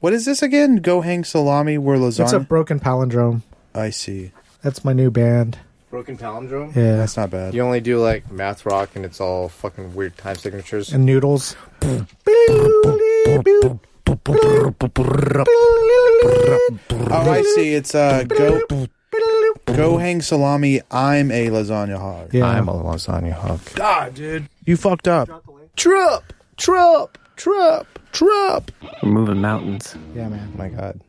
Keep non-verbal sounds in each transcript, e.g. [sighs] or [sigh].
What is this again? Go hang salami where lasagna. It's a broken palindrome. I see. That's my new band. Broken palindrome. Yeah. That's not bad. You only do like math rock, and it's all fucking weird time signatures. And noodles. Oh, I see. It's uh, go go hang salami. I'm a lasagna hog. Yeah. I'm a lasagna hawk. God, dude, you fucked up. Trump, Trump, Trump, Trump. We're moving mountains. yeah, man. My God.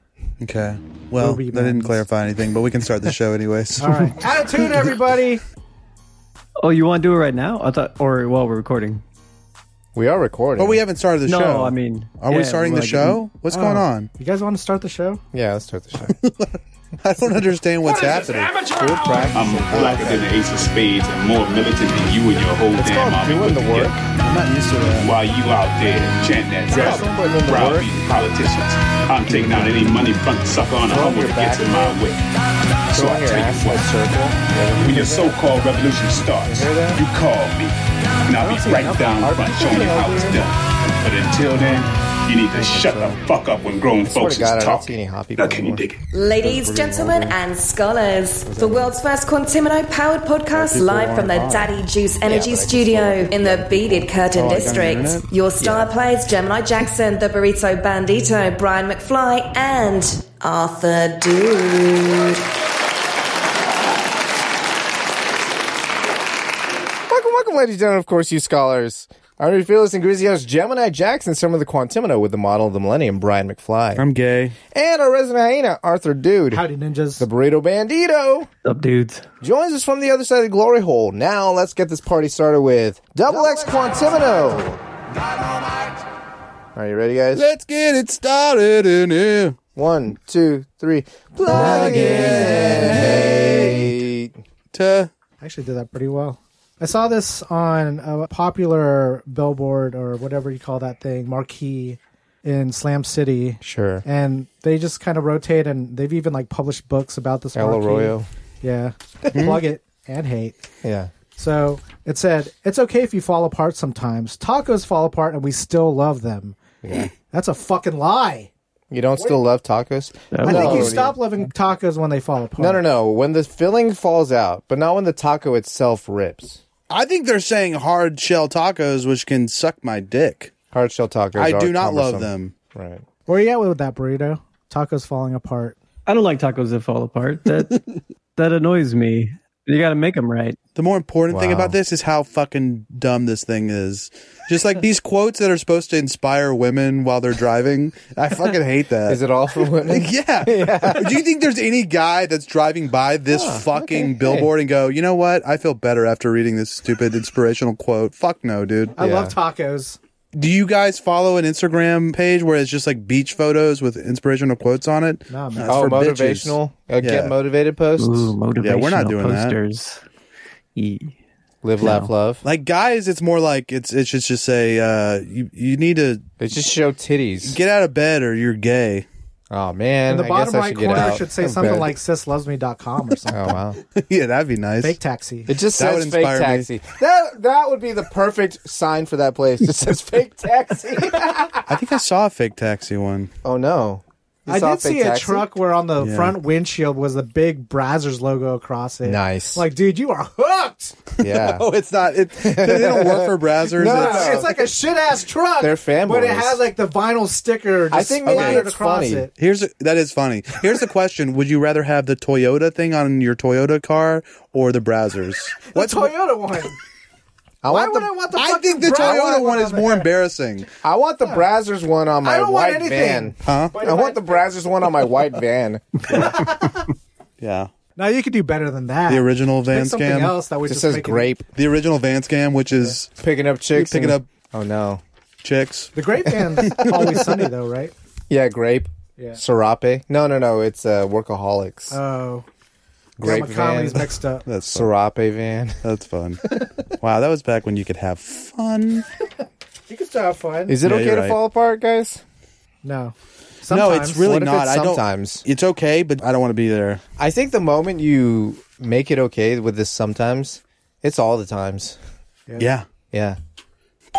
Okay. Well, Ruby that didn't Mountains. clarify anything, but we can start the show anyways. All right. Out of tune, everybody. Oh, you want to do it right now? I thought, or while we're recording. We are recording. But we haven't started the no, show. I mean, are yeah, we starting the like, show? What's going Oh. on? [laughs] You guys want to start the show? Yeah, let's start the show. I don't understand what's happening. I'm blacker than the Um, ace of spades and more militant than you and your whole damn called army doing put the work. together. I'm not used to that. While you out there chanting that called dress, putting in the work. browbeating politicians, I'm taking out any money front sucker on a humble your that gets in my way. So Throwing I your tell you ass in a what, circle. when your so-called revolution starts, You hear that? you call me, and I'll be see right enough down art. front showing you how it's done. But until then, you need to shut the fuck up when grown Swear folks to is God, I don't see any talking. hot people Now can you anymore. dig it? Ladies, gentlemen, and scholars, the world's first Quantimino powered podcast live from the Daddy Juice Energy Studio in the Beaded Curtain District. Your star players Gemini Jackson, the Burrito Bandito, Brian McFly, and Arthur Dude. Welcome, welcome, ladies and gentlemen, of course, you scholars. Our new fearless and greasy host, Gemini Jackson, some of the Quantimino with the model of the millennium, Brian McFly. I'm gay. and our resident hyena, Arthur Dude. Howdy, ninjas. The burrito bandito What's up, dudes? joins us from the other side of the glory hole. Now let's get this party started with Double X Quantimino. Are you ready, guys? Let's get it started in here. One, two, three. Plug in. Ta- I actually did that pretty well. I saw this on a popular billboard or whatever you call that thing, marquee in Slam City. Sure. And they just kind of rotate and they've even like published books about this El marquee. Arroyo. Hmm? Yeah. Plug it and hate. Yeah. So it said, it's okay if you fall apart sometimes. Tacos fall apart and we still love them. That's a fucking lie. You don't still love tacos? I No, think you dude. stop loving tacos when they fall apart. No, no, no. When the filling falls out, but not when the taco itself rips. I think they're saying hard shell tacos, which can suck my dick. Hard shell tacos. I are do not love cumbersome. them. Right. Where you at with that burrito? Tacos falling apart. I don't like tacos that fall apart. [laughs] That that annoys me. You got to make them right. The more important thing Wow. about this is how fucking dumb this thing is. Just like these quotes that are supposed to inspire women while they're driving. I fucking hate that. Is it all [laughs] for women? [laughs] yeah. Do you think there's any guy that's driving by this fucking billboard and go, you know what? I feel better after reading this stupid inspirational quote. Fuck no, dude. I Yeah. love tacos. Do you guys follow an Instagram page where it's just like beach photos with inspirational quotes on it? Nah, man. That's Oh, for bitches. motivational. Uh, Yeah. Get motivated posts. Ooh, motivational Yeah, we're not doing that. posters. E, Yeah. Live, laugh, love. Like guys, it's more like it's it should just say uh, you you need to They just show [laughs] titties. get out of bed or you're gay. [laughs] oh man! In the I bottom guess I right should corner get out. should say I'm something bad. like sislovesme.com or something. [laughs] "Oh wow." yeah, that'd be nice. Fake taxi. It just That says would fake inspire me. taxi. That that would be the perfect sign for that place. It says fake taxi. I think I saw a fake taxi one. [laughs] oh no! You I saw did fake see a taxi? truck where on the Yeah. front windshield was the big Brazzers logo across it. Nice. Like, dude, you are hooked. [laughs] Yeah. Oh, it's not. [laughs] It, [laughs] they don't work for browsers. No, It's- no. It's like a shit ass truck. They're But it fanboys. has like the vinyl sticker. Just I think maybe splattered it's across funny. It. Here's a, that is funny. Here's the question: Would you rather have the Toyota thing on your Toyota car or the browsers? What's Toyota one? I Why want would the I want the? I fucking think [laughs] the Bra- Toyota one is more embarrassing. I want the Brazzers one on my I don't want white anything. van. Huh? I want the Brazzers one on my white van. Yeah. [laughs] Now you could do better than that. The original van Pick something scam. else that would It just says make it- grape The original van scam, which is picking up chicks. Picking and- up- Oh no! chicks. The [laughs] grape van's always sunny though, right? Yeah, grape. Yeah. Serape. No, no, no. It's uh, workaholics. Oh, grape my comedy's van. mixed up. That's fun. Serape van. that's fun. [laughs] wow, that was back when you could have fun. You can still have fun. Is it Yeah, okay you're to right. fall apart, guys? no. No, it's Sometimes. really What if not. it's I don't. sometimes? it's okay, but I don't want to be there. I think the moment you make it okay with this sometimes, it's all the times. Yeah. Yeah. what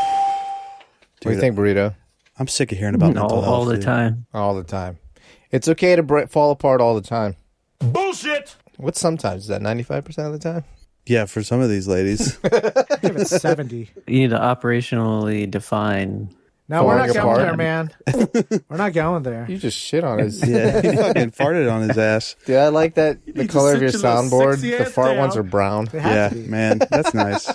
do Dude, you think, burrito? I'm sick of hearing about all, mental health all the dude. time. all the time. It's okay to break, fall apart all the time. Bullshit! What's sometimes? Is that 95% of the time? Yeah, for some of these [laughs] ladies, Give [laughs] it 70. You need to operationally define. No, we're not going Falling apart. there, man. [laughs] we're not going there. You just shit on his. yeah, he fucking farted on his ass. [laughs] Dude, I like [laughs] that the just color of such your a little soundboard. sexy The ass fart down. ones are brown. They have Yeah, to be. man, that's nice.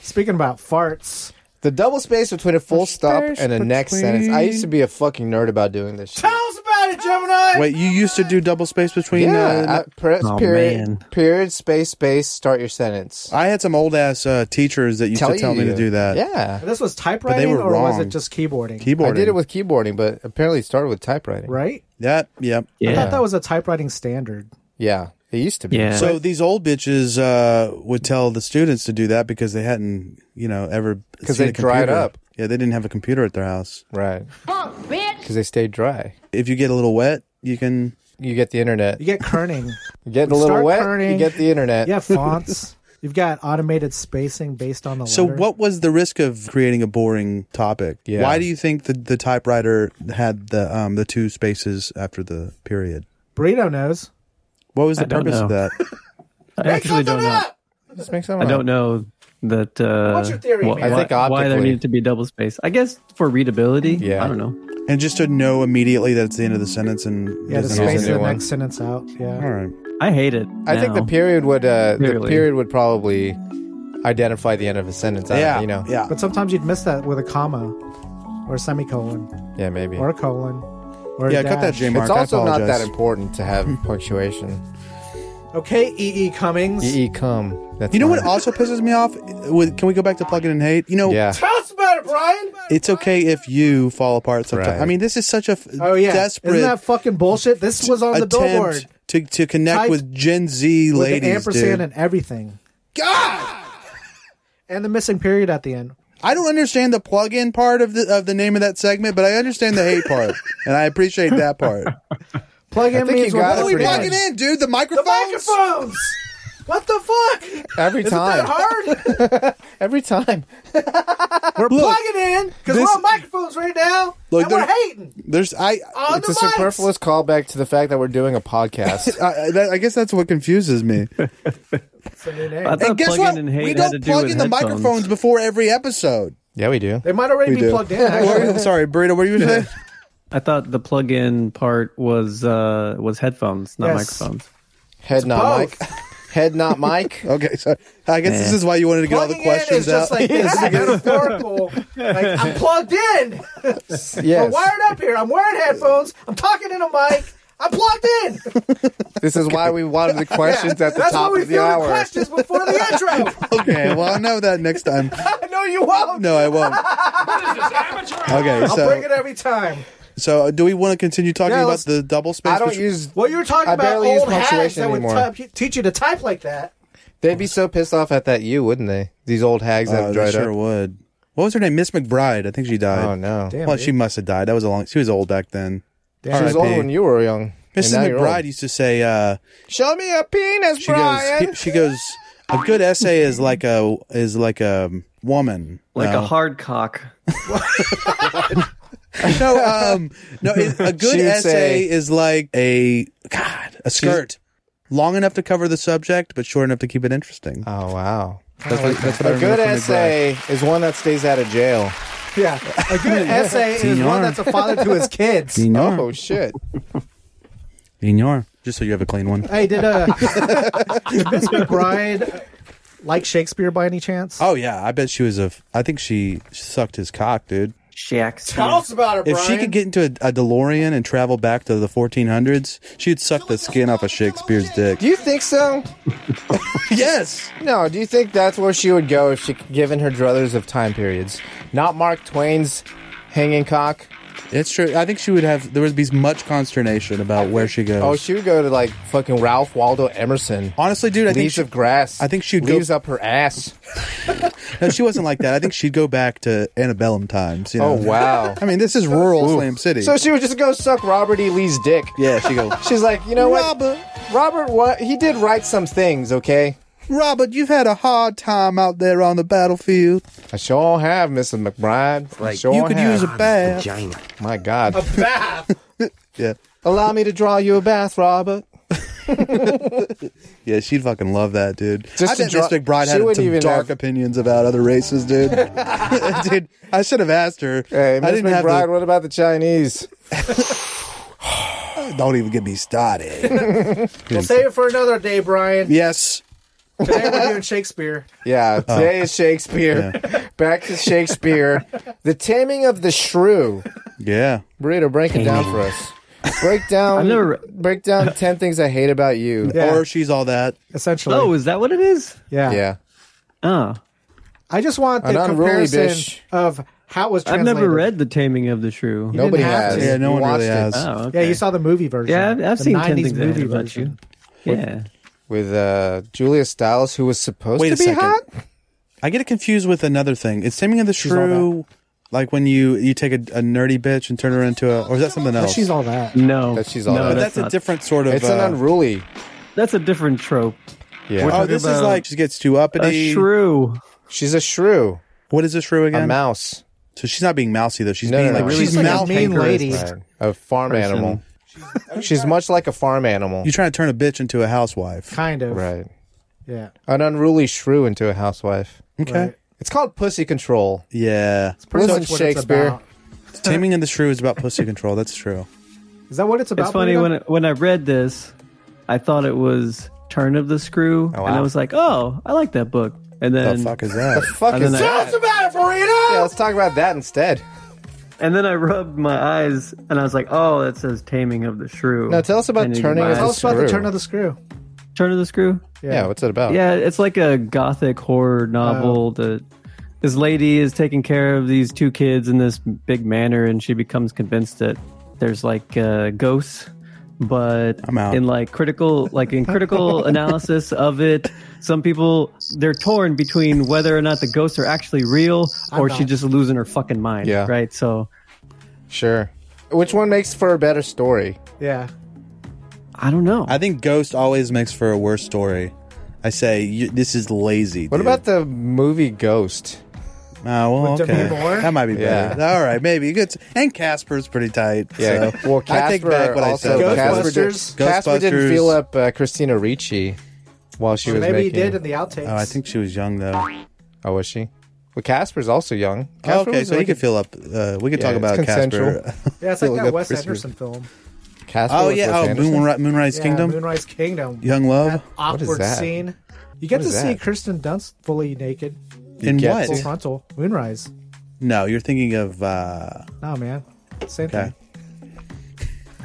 Speaking about farts, The double space between a full stop space and a next sentence. I used to be a fucking nerd about doing this shit. tell us about it, Gemini. Wait, you used to do double space between? Yeah, uh, I- press Oh, period, man. period, space, space, start your sentence. I had some old ass uh, teachers that used to tell me you. to do that. Yeah, This was typewriting, were or was wrong. it just keyboarding? keyboarding. I did it with keyboarding, but apparently it started with typewriting. right? that. Yep. I Yeah. thought that was a typewriting standard. Yeah, it used to be. yeah. So these old bitches uh, would tell the students to do that because they hadn't, you know, ever because they dried up. Yeah, they didn't have a computer at their house. right. Because they stayed dry. If you get a little wet, you can. You get the internet. You get kerning. You get a little Start wet. You turning. get the internet. you have fonts. You've got automated spacing based on the So, letter. what was the risk of creating a boring topic? Yeah. Why do you think the, the typewriter had the um, the two spaces after the period? burrito knows? What was the I don't purpose of know. that? I actually don't know. Just make something I up. don't know that. Uh, What's your theory, wh- man? Why, I think why there optically. needed to be double space. I guess for readability. Yeah. I don't know. And just to know immediately that it's the end of the sentence and Yeah, the doesn't all space end. the one. next sentence out. All Yeah. right. I hate it. I think the now. period would uh, the Clearly. period would probably identify the end of a sentence. I don't- Yeah. you know. Yeah. But sometimes you'd miss that with a comma or a semicolon Yeah, maybe. or a colon or a Yeah. Cut that, dash. J Mark. it's also I not that apologize. important to have [laughs] punctuation. Okay, E.E. E. Cummings. E come. That's You know what fine. also pisses me off? With, can we go back to plug it and hate? You know, [laughs] Yeah. Tell us about it, Brian. it's okay if you fall apart sometimes. Right. I mean, this is such a f- Oh yeah, desperate isn't that fucking bullshit? This was on the billboard attempt to, to connect Type with Gen Z with the ladies, ampersand dude. and everything. God, and the missing period at the end. I don't understand the plug-in part of the of the name of that segment, but I understand the hate [laughs] part, and I appreciate that part. Plug in think means you we're got it What are we plugging plugging pretty much. in, dude? The microphones? microphones. what the fuck? Every Isn't that time. [laughs] hard? Every time. we're plugging in because we're this- on microphones right now, Look, and we're there- hating There's I. on It's the a mics. superfluous callback to the fact that we're doing a podcast. I, I- that, I guess that's what confuses [laughs] me. It's a new name. I thought And guess plug-in what? and hate We had to don't do plug with in the headphones. microphones before every [laughs] episode. [laughs] yeah, we do. They might already We be do. plugged in. [laughs] Actually. What- Sorry, burrito. What are you [laughs] saying? I thought the plug-in part was uh, was headphones, not Yes. microphones. Head not Mike. both. [laughs] Head not Mike. Okay, so I guess this Nah. is why you wanted to get all the Plugging in is questions out. just [laughs] like this metaphorical. Like I'm plugged in. We're Yes. wired up here. I'm wearing headphones. I'm talking in a mic. I'm plugged in. This is [laughs] why we wanted the questions at the That's top what we of the feel the hour. questions before [laughs] the intro. [laughs] [laughs] okay, well, I'll know that next time. no, you won't. No, I [laughs] won't. Okay, I'll bring it so every time. so do we want to continue talking Yeah, about let's- the double space? I don't between- use. Well, you were talking I about barely use old hags punctuation that would anymore. type, teach you to type like that. They'd be so pissed off at that you, wouldn't they? These old hags that Oh, have they dried sure up. would. What was her name? Miss McBride. I think she died. Oh no. Damn, well, dude. she must have died. That was a long. She was old back then. Damn. She was R.I.P. old when you were young. and Mrs. now you're McBride old. used to say, uh, Show me a penis, she goes, he- she goes, a good essay is like a is like a woman, Like no. a hard cock. no, um, no. It, [laughs] a good She would essay say- is like a God, a skirt, long enough to cover the subject, but short enough to keep it interesting. Oh wow. that's what, that's what I A remember good from McBride. essay is one that stays out of jail. Yeah, a [laughs] good essay is Senor. one that's a father to his kids. Senor, Oh shit. Senor. Just so you have a clean one. Hey, did uh, did Miss McBride like Shakespeare by any chance? Oh yeah, I bet she was a. f- I think she sucked his cock, dude. Shacks. about it, If she could get into a, a DeLorean and travel back to the 1400s, she'd suck the skin off of Shakespeare's dick. Do you think so? yes. No. Do you think that's where she would go if she given her druthers of time periods? Not Mark Twain's hanging cock. It's true. I think she would have. There would be much consternation about where she goes. Oh, she would go to like fucking Ralph Waldo Emerson. Honestly, dude, I think Leaves she, of grass. I think she'd go- leaves up [laughs] her ass. no, she wasn't like that. I think she'd go back to antebellum times. You know? Oh [laughs] wow. I mean, this is rural Slam City. So she would just go suck Robert E. Lee's dick. [laughs] yeah, she go. She's like, you know what? Robert. Robert, what he did write some things, okay? Robert, you've had a hard time out there on the battlefield. I sure have, Mrs. McBride. I Like, sure you could have. use a bath. Vagina. My God. Yeah. Allow me to draw you a bath, Robert. [laughs] Yeah, she'd fucking love that, dude. I Just to bet draw- Miss McBride she had wouldn't some even dark have- opinions about other races, dude. [laughs] dude, I should have asked her. Hey, I Miss didn't McBride, have. what about the Chinese? The, don't even get me [laughs] started. We'll [laughs] save it for another day, Brian. yes. Today we're doing Shakespeare. Yeah, Oh. today is Shakespeare. [laughs] Back to Shakespeare. the Taming of the Shrew. Yeah. Burrito, break it down for us. Break down. I've never- Break down ten things I hate about you. Yeah. Or she's all that. Essentially, Oh, is that what it is? yeah. Yeah. Oh, I just want An the unruly comparison bitch. of how it was. I've Translated. never read The Taming of the Shrew. You Nobody didn't have has. to. Yeah, no You one watched really it has. Oh, Yeah, okay. you saw the movie version. Yeah, I've, I've the seen 10 90s things I movie hate about version. you. Yeah. with uh, Julia Stiles, who was supposed Wait to a be second. hot. I get it confused with another thing. It's Taming of the all Shrew, like when you you take a, a nerdy bitch and turn her into a, or is that something else? She's all that. No. That she's all no, that. but that's, that's, a not- different sort of. It's an uh, unruly. That's a different trope. Yeah. We're oh, talking this is about like she gets too uppity. a shrew. She's a shrew, What is a shrew a again? mouse. So she's not being mousy though. She's No, being no, no. like Really she's like a mouth. mean cankerous. lady. Right. A farm Person. [laughs] animal. She's much like a farm animal. You trying to turn a bitch into a [laughs] housewife? Kind of. Right. Yeah. An unruly shrew into a housewife. Okay. Right. It's called pussy control. Yeah. Pretty Listen, much what Shakespeare. It's about. Taming of the Shrew is about pussy control. That's true. Is that what it's about? It's funny Burrito? when when I read this, I thought it was Turn of the Screw, and I was like, "Oh, I like that book." And The then fuck is that? Fuck And is then that? about it, burrito. Yeah, let's talk about that instead. and then I rubbed my eyes, and I was like, "Oh, that says Taming of the Shrew." Now tell us about And then Turning my of the Tell eyes- us about the Screw. turn of the screw. Turn of the Screw. Yeah. what's it about? Yeah, it's like a gothic horror Oh. novel that this lady is taking care of these two kids in this big manor and she becomes convinced that there's like uh, ghosts but I'm out. in like critical like in [laughs] critical analysis of it some people they're torn between whether or not the ghosts are actually real or not. she's just losing her fucking mind Yeah. right so Sure. Which one makes for a better story? Yeah. i don't know I think Ghost always makes for a worse story. I say you, this is lazy. What about the movie Ghost? Oh, well, With Demi okay. Moore? That might be Yeah. better. All right, maybe. Good. And Casper's pretty tight. Yeah. [laughs] so. Well, Casper I take back what also, I said. Casper, did, Ghostbusters. Casper Ghostbusters. didn't feel up uh, Christina Ricci while she Or was maybe making. he did in the outtakes. Oh, I think she was young though. Oh, was she? Well, Casper's also young. Oh, Casper okay, was so he like could fill up. Uh, we could Yeah, talk it's about Casper. consensual. Yeah, it's like Look that up Wes Christmas. Anderson film. Casper [laughs] oh was yeah. with Oh, Anderson? Moonri- Moonrise Yeah, Kingdom. Moonrise Kingdom. Young Love. Awkward that? scene. You get What to is see that? Kristen Dunst fully naked, In get what? full frontal. Moonrise. No, you're thinking of. Uh, No, man. Same okay. thing.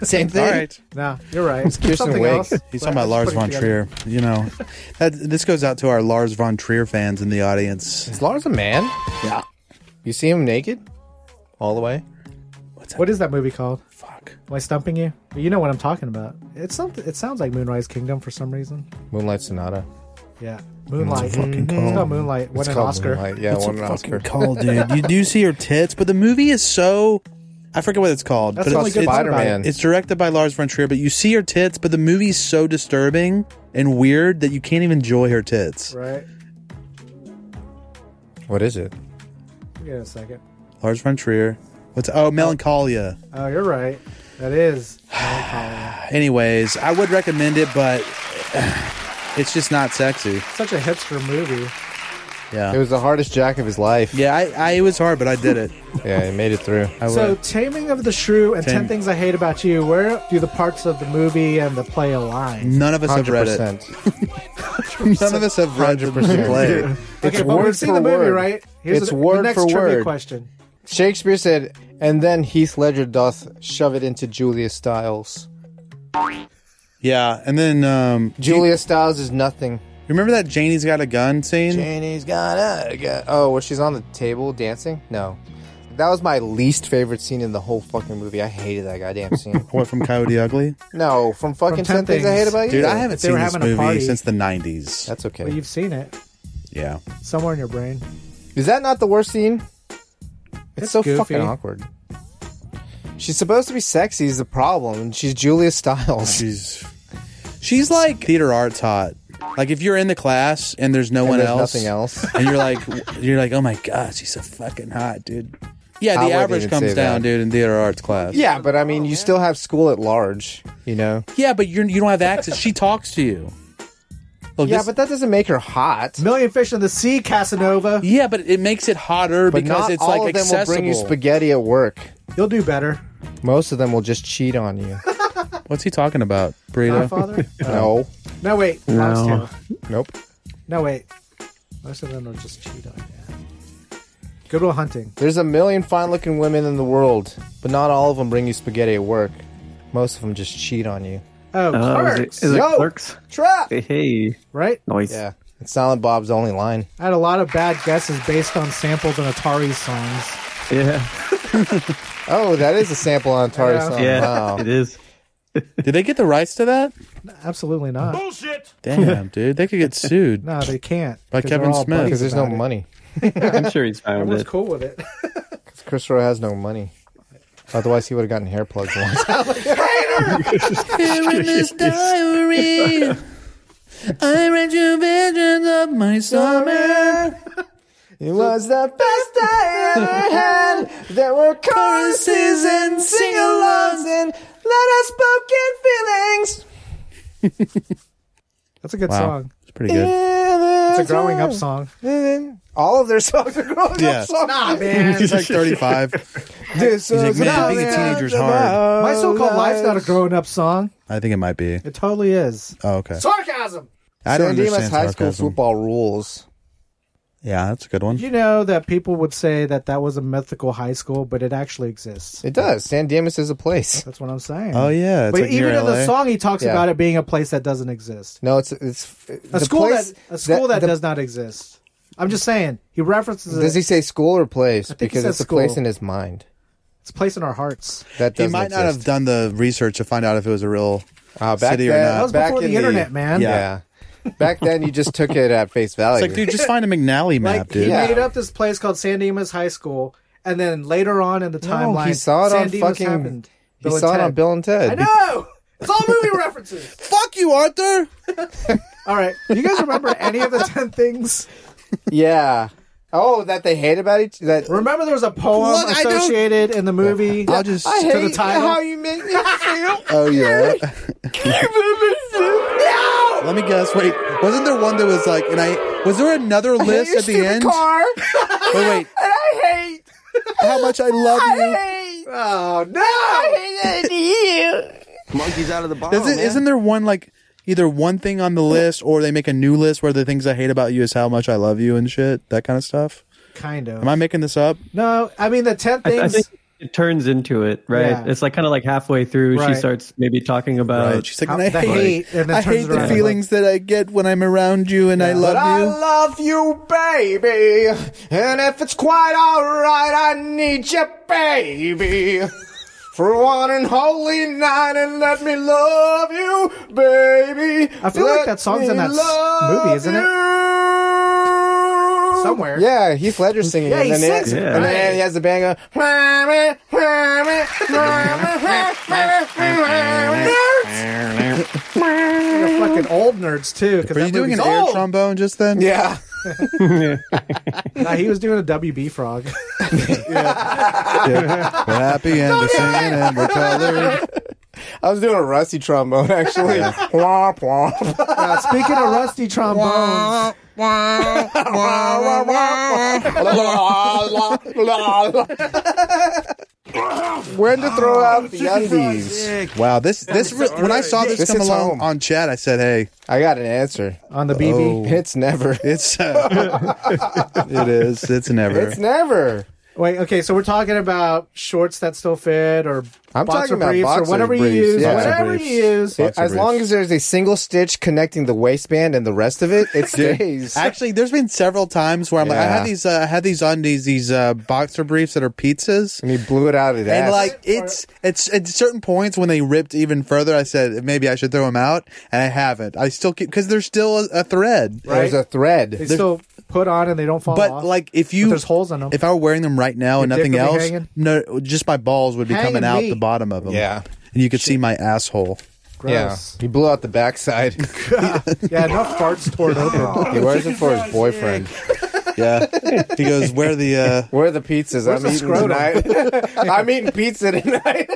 Same All thing. right. No, you're right. Kirsten Something Wiig. else. He's talking But about I'm Lars just von putting together. Trier. You know, that, this goes out to our Lars von Trier fans in the audience. Is Lars a man? Yeah. You see him naked, all the way. What is that movie called? Fuck. Am I stumping you? You know what I'm talking about. It's something. It sounds like Moonrise Kingdom for some reason. Moonlight Sonata. Yeah, Moonlight. fucking It's called. called Moonlight. Won It's an called Oscar. Moonlight. Yeah, What's won an it fucking [laughs] Oscar. called, dude? You do see her tits, but the movie is so. I forget what it's called. That's but the it's, only good it's- part about it. Spider-Man. It's directed by Lars von Trier, but you see her tits, but the movie's so disturbing and weird that you can't even enjoy her tits. Right. What is it? Give it a second. Lars von Trier. What's oh Melancholia? Oh, you're right. That is. melancholy. Anyways, I would recommend it, but [sighs] it's just not sexy. Such a hipster movie. Yeah, It was the hardest jack of his life. yeah. I, I it was hard, but I did it. yeah, he made it through. I So, would. Taming of the Shrew and Tam- 10 Things I Hate About You, where do the parts of the movie and the play align? None of us have read it. 100%. None of us have read the 100%. play. Okay, but word we've seen for the movie, word. right? It's the, word the next for trivia word. question. Shakespeare said, and then Heath Ledger doth shove it into Julia Stiles. Yeah, and then um, Julia Stiles is nothing. remember that Janie's got a gun scene? Janie's got a gun. Oh, where she's on the table dancing? No. That was my least favorite scene in the whole fucking movie. I hated that [laughs] goddamn scene. What from Coyote Ugly? no, from fucking 10 things. I hate about you. Dude, I haven't They seen were this having a movie party. since the '90s. That's okay. Well, you've seen it yeah, somewhere in your brain. Is that not the worst scene? It's, It's so goofy. fucking awkward. She's supposed to be sexy is the problem, and she's Julia Stiles. she's she's like theater arts hot. Like if you're in the class and there's no one there's else, nothing else. and you're like, [laughs] you're like, oh my god, she's so fucking hot, dude. Yeah, I the wouldn't average even comes say that. down, dude, in theater arts class. [laughs] Yeah, but I mean, you still have school at large, you know. yeah, but you're, you don't have access. She talks to you. Look, Yeah, this- but that doesn't make her hot. Million fish in the sea, Casanova. yeah, but it makes it hotter But because not it's all like of them accessible. will bring you spaghetti at work. You'll do better. Most of them will just cheat on [laughs] you. What's he talking about, burrito? Godfather? no, no, wait. No. No. nope. no, wait. Most of them will just cheat on you. Goodwill Hunting. There's a million fine-looking women in the world, but not all of them bring you spaghetti at work. Most of them just cheat on you. Oh, Oh, is it, Clerks. is it Yo. clerks? Trap. Hey, right? nice. Yeah, it's Silent Bob's only line. I had a lot of bad guesses based on samples and Atari songs. yeah, Oh, that is a sample on Atari Yeah. song. yeah, Oh, Wow. it is. Did they get the rights to [laughs] that? Absolutely not. Damn, dude, they could get sued. [laughs] No, they can't. By 'cause they're Kevin all Smith. buddies Because there's no about it. money. I'm sure he's fine with Everyone's it. cool with it. Chris Roy has no money. Otherwise, he would have gotten hair plugs a long time. Here in [laughs] this diary, [laughs] I read you visions of my summer. It was the best I ever had. There were choruses and sing-alongs and let us spoken feelings. That's a good Wow. song. It's pretty [laughs] good. It's a growing up song. All of their songs are growing Yeah. up songs. man. He's like 35. [laughs] This like, was man, how being a they teenager's had hard. their My so called life's not a grown up song. I think it might be. It totally is. Oh, okay. Sarcasm! I don't San Dimas understand high school sarcasm. football rules. Yeah, that's a good one. You know that people would say that that was a mythical high school, but it actually exists. It does. San Dimas is a place. That's what I'm saying. Oh yeah, it's But like even near in LA. the song, he talks Yeah. about it being a place that doesn't exist. No, it's it's A school that a school that, does not exist. I'm just saying he references Does it. he say school or place? think he Because said it's a school. place in his mind. It's a place in our hearts. That he doesn't might not have exist. done the research to find out if it was a real. Uh, back city or then, not. That That was back before in the internet, man. Yeah. Yeah. back then, you just took it at face value. It's like, dude, just find [laughs] a McNally map, Like dude. he Yeah. made up this place called San Dimas High School, and then later on in the timeline, he saw it San on Dimas fucking- happened. he Bill and saw it on Ted. Bill and Ted. I know. It's all movie references. Fuck you, Arthur. All right. Do you guys remember any of the 10 things? [laughs] Yeah. Oh, that they hate about each that. Remember there was a poem Look, I don't- associated in the movie? I'll just. I To the hate title. how you make [laughs] me feel. oh yeah. no. Let me guess. Wait, wasn't there one that was like? And I was there another list Your at the stupid end? Car. Wait, [laughs] wait. I hate. How much I love you. I hate. Oh, no. I hate you. Monkeys out of the bottle. Is it, man. isn't there one like either one thing on the list or they make a new list where the things I hate about you is how much I love you and shit that kind of stuff? Kind Am of. I making this up? No, I mean, the 10 I, I things. think it turns into it, right? Yeah. It's like kind of like halfway through, Right. she starts maybe talking about. Right. She's like, how- and I the hate, hate, and then I turns hate it the around. feelings that I get when I'm around you and I But I love you. love you, baby. And if it's quite alright, I need you, baby. For one and holy night, and let me love you, baby. I feel like that song's in that s- movie, isn't it? it? Somewhere. Yeah, Heath Ledger singing, Yeah, and he then sings he, it, and right. then he has the band go. They're fucking old nerds, too. Are you doing an air old. trombone just then? [laughs] yeah. Nah, he was doing a WB frog. [laughs] Yeah. We're happy and we're singing and we're colored. I was doing a rusty trombone actually. [laughs] Womp, womp. Uh, speaking of rusty trombones, Oh, [laughs] when to throw out the undies? Wow, this this re- when I saw this, This come hits along home. on chat, I said, "Hey, I got an answer. Oh. on the BB. It's never. it's uh, [laughs] it is, it's never." It's never. Wait, okay, so we're talking about shorts that still fit or I'm boxer talking about briefs or boxer whatever you briefs, use. yeah. Whatever Boxer you use. briefs. Boxer as long briefs. as there's a single stitch connecting the waistband and the rest of it, [laughs] it stays. Actually, there's been several times where I'm like, I Yeah. had these, uh, I had these undies, these uh, boxer briefs that are pizzas, and he blew it out of his and ass. like it's, it's at certain points when they ripped even further, I said maybe I should throw them out, and I haven't. I still keep because there's still a, a thread. there's a They thread. still put on and they don't fall But off. like if you Uh-huh. there's holes in 'em. If I were wearing them right now and Your dick nothing would be else, hanging? no, just my balls would be Hanging coming out me. the bottom of them. Yeah. [laughs] and you could see my asshole. Gross. He blew out the backside. [laughs] Yeah, enough farts toward open. he wears it for his boyfriend. Yeah. He goes, where the, uh, Where are the pizzas? Where's I'm the eating tonight. [laughs] I'm eating pizza [laughs] tonight.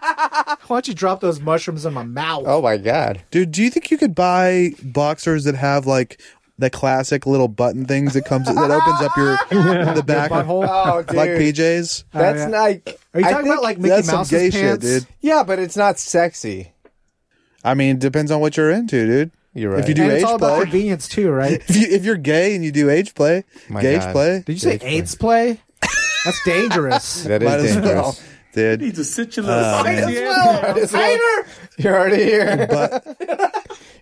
Why don't you drop those mushrooms in my mouth? oh my god. dude, do you think you could buy boxers that have like the classic little button things that comes, that opens up [laughs] your, the back, Butthole. Oh dude. like PJs? That's Oh, yeah. like. Are you I talking think- about like Uh, Mickey That's some Mouse's gay pants? shit, dude. Yeah, but it's not sexy. I mean, it depends on what you're into, dude. You're right. If you do And age it's all about play, convenience [laughs] too, right? if, you, if you're gay and you do age play, My gauge God. play, Did you say Age play. AIDS play? That's [laughs] dangerous. That might is as dangerous. well, dude. [laughs] Uh, He's a situlus. Might as well. You're already here.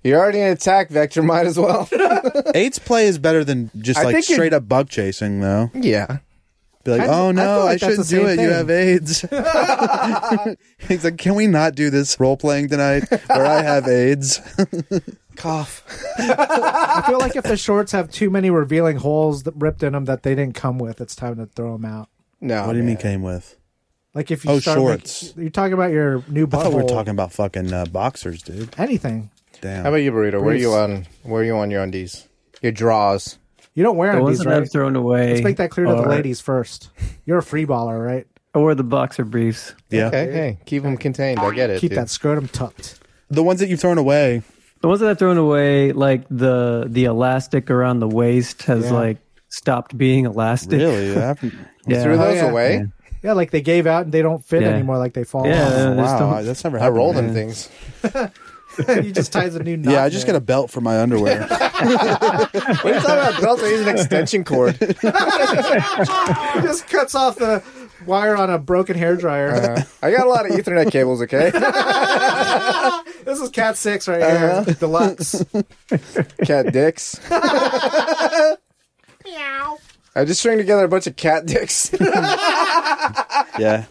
You're already in attack vector. Might [laughs] as well. AIDS play is better than just I like think it- straight up buck chasing, though. yeah. Be like, I- oh I no, feel I, like that's shouldn't the do same it. You thing." have AIDS. [laughs] [laughs] He's like, can we not do this role playing tonight where I have [laughs] AIDS? Cough. I feel like if the shorts have too many revealing holes that ripped in them that they didn't come with, it's time to throw them out. No. what do you mean man. came with? Like if you Oh, start making- shorts. you're talking about your new I butthole. thought Oh. we were talking about fucking uh, boxers, dude. anything. Damn. How about you, burrito? Where are you Bruce. on? Where are you on your undies? Your draws. You don't wear The ones these, that right? I've thrown away. Let's make that clear to the are- ladies first. You're a free baller, right? I wore the boxer briefs. yeah. Okay, hey, keep them contained. I get it. Keep dude. that scrotum tucked. The ones that you've thrown away. The ones that I've thrown away, like the the elastic around the waist, has like stopped being elastic. Really? [laughs] I haven't- Yeah. Threw those Oh, yeah. away. Yeah, like they gave out and they don't fit Yeah. anymore. Like they fall Yeah, off. they're still- Oh, wow. That's never I happened. rolled to me. them things. [laughs] you just ties a new knot. Yeah, I just in got there. a belt for my [laughs] underwear. What are you talking about? Belts? I use an [laughs] extension cord. [laughs] He just cuts off the wire on a broken hair dryer. I got a lot of Ethernet [laughs] cables. Okay, This is Cat Six right Uh-huh. here, [laughs] deluxe. cat dicks. I just string together a bunch of cat dicks. [laughs] yeah.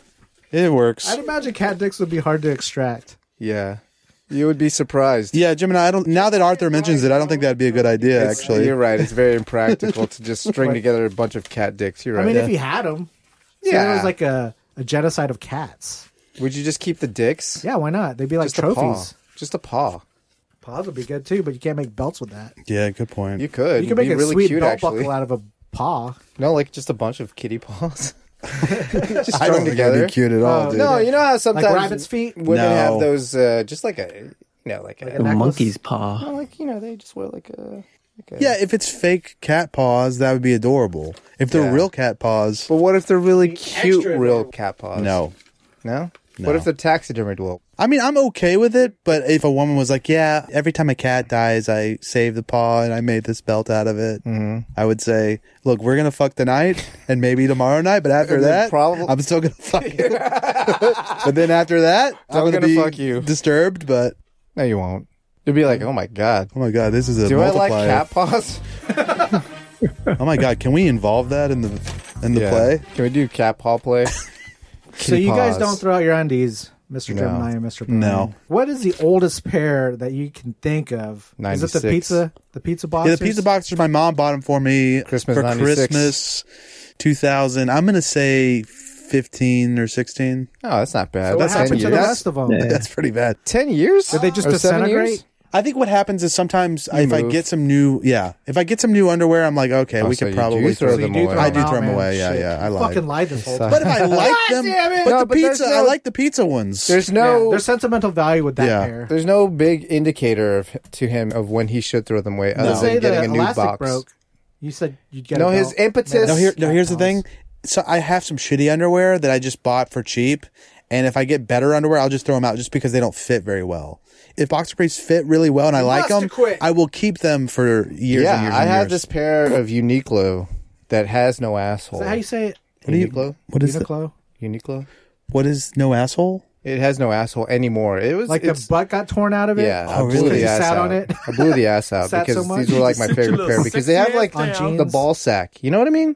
It works. I'd imagine cat dicks would be hard to extract. yeah, you would be surprised. Yeah, Jim and I don't. Now that Arthur mentions it, I don't think that'd be a good idea. It's- Actually, you're right. It's very impractical [laughs] to just string together a bunch of cat dicks. You're I right. mean, if you had them, yeah, it yeah, was like a, a genocide of cats. would you just keep the dicks? Yeah, why not? They'd be like just trophies. A paw. Just a paw. Paws would be good too, but you can't make belts with that. Yeah, good point. You could. You can make It'd a be really sweet cute, belt actually. buckle out of a paw. No, like just a bunch of [laughs] kitty paws. just I don't strung think that'd together. be cute at all, Oh, dude. No, you know how sometimes rabbit's feet? women No. have those, uh, just like a, you know, like a, Oh, The necklace? monkey's paw. like you know, they just wear like a. Like a Yeah, if it's fake cat paws, that would be adorable. If they're Yeah. real cat paws, But what if they're really cute, real cat paws? no. no, No. What if they're taxidermied? Well, I mean, I'm okay with it, but if a woman was like, "Yeah, every time a cat dies, I save the paw and I made this belt out of it," Mm-hmm. I would say, "Look, we're gonna fuck tonight and maybe tomorrow night, but after And then that, probably- I'm still gonna fuck [laughs] you." [laughs] but then after that, I'm, I'm gonna, gonna be fuck you. disturbed. But no, you won't. You'll be like, oh my god, oh my god, this is a do I multiplier. like cat paws? Oh my god, can we involve that in the in the Yeah. play? Can we do cat paw play? so you guys paws. don't throw out your undies, Mr. No. Gemini and Mr. Brian. No. What is the oldest pair that you can think of? Is it 96. the pizza? The pizza box? Yeah, the pizza boxers my mom bought them for me Christmas for 96. Christmas 2000. I'm going to say 15 or 16. Oh, that's not bad. What that's happened ten to years. the rest of them? [laughs] That's pretty bad. ten years? Did they just disintegrate? I think what happens is sometimes if I move. Oh, get some new, yeah, if I get some new underwear, I'm like, okay, we so you could do probably throw throw them them. away. I do out, throw them man. away. Yeah, Shit. yeah, I You lied. Fucking lied this uh, whole time. But if [laughs] I like them, but No, the but there's pizza, no- I like the pizza ones. There's Yeah, no there's sentimental value with that Yeah. pair. There's no big indicator of, to him of when he should throw them away, other Let's say than the getting a new elastic box. broke. You said you'd get No, a his belt. impetus- no, here, no, Cat here's the paws. thing. So I have some shitty underwear that I just bought for cheap, and if I get better underwear, I'll just throw them out just because they don't fit very well. If boxer briefs fit really well and I like must them, quit. I will keep them for years. and Yeah, years I and have years. this pair of Uniqlo that has no asshole. Is that how you say it? Uniqlo? What is the, Uniqlo? Uniqlo? what is no asshole? It has no asshole anymore. It was Like the it's- butt got torn out of it? yeah. Oh, I blew really? the You ass sat out. on it? I blew the ass [laughs] out Sat so because much? these were like my Such a favorite little pair because they have sexy like ass On the jeans? ball sack. You know what I mean?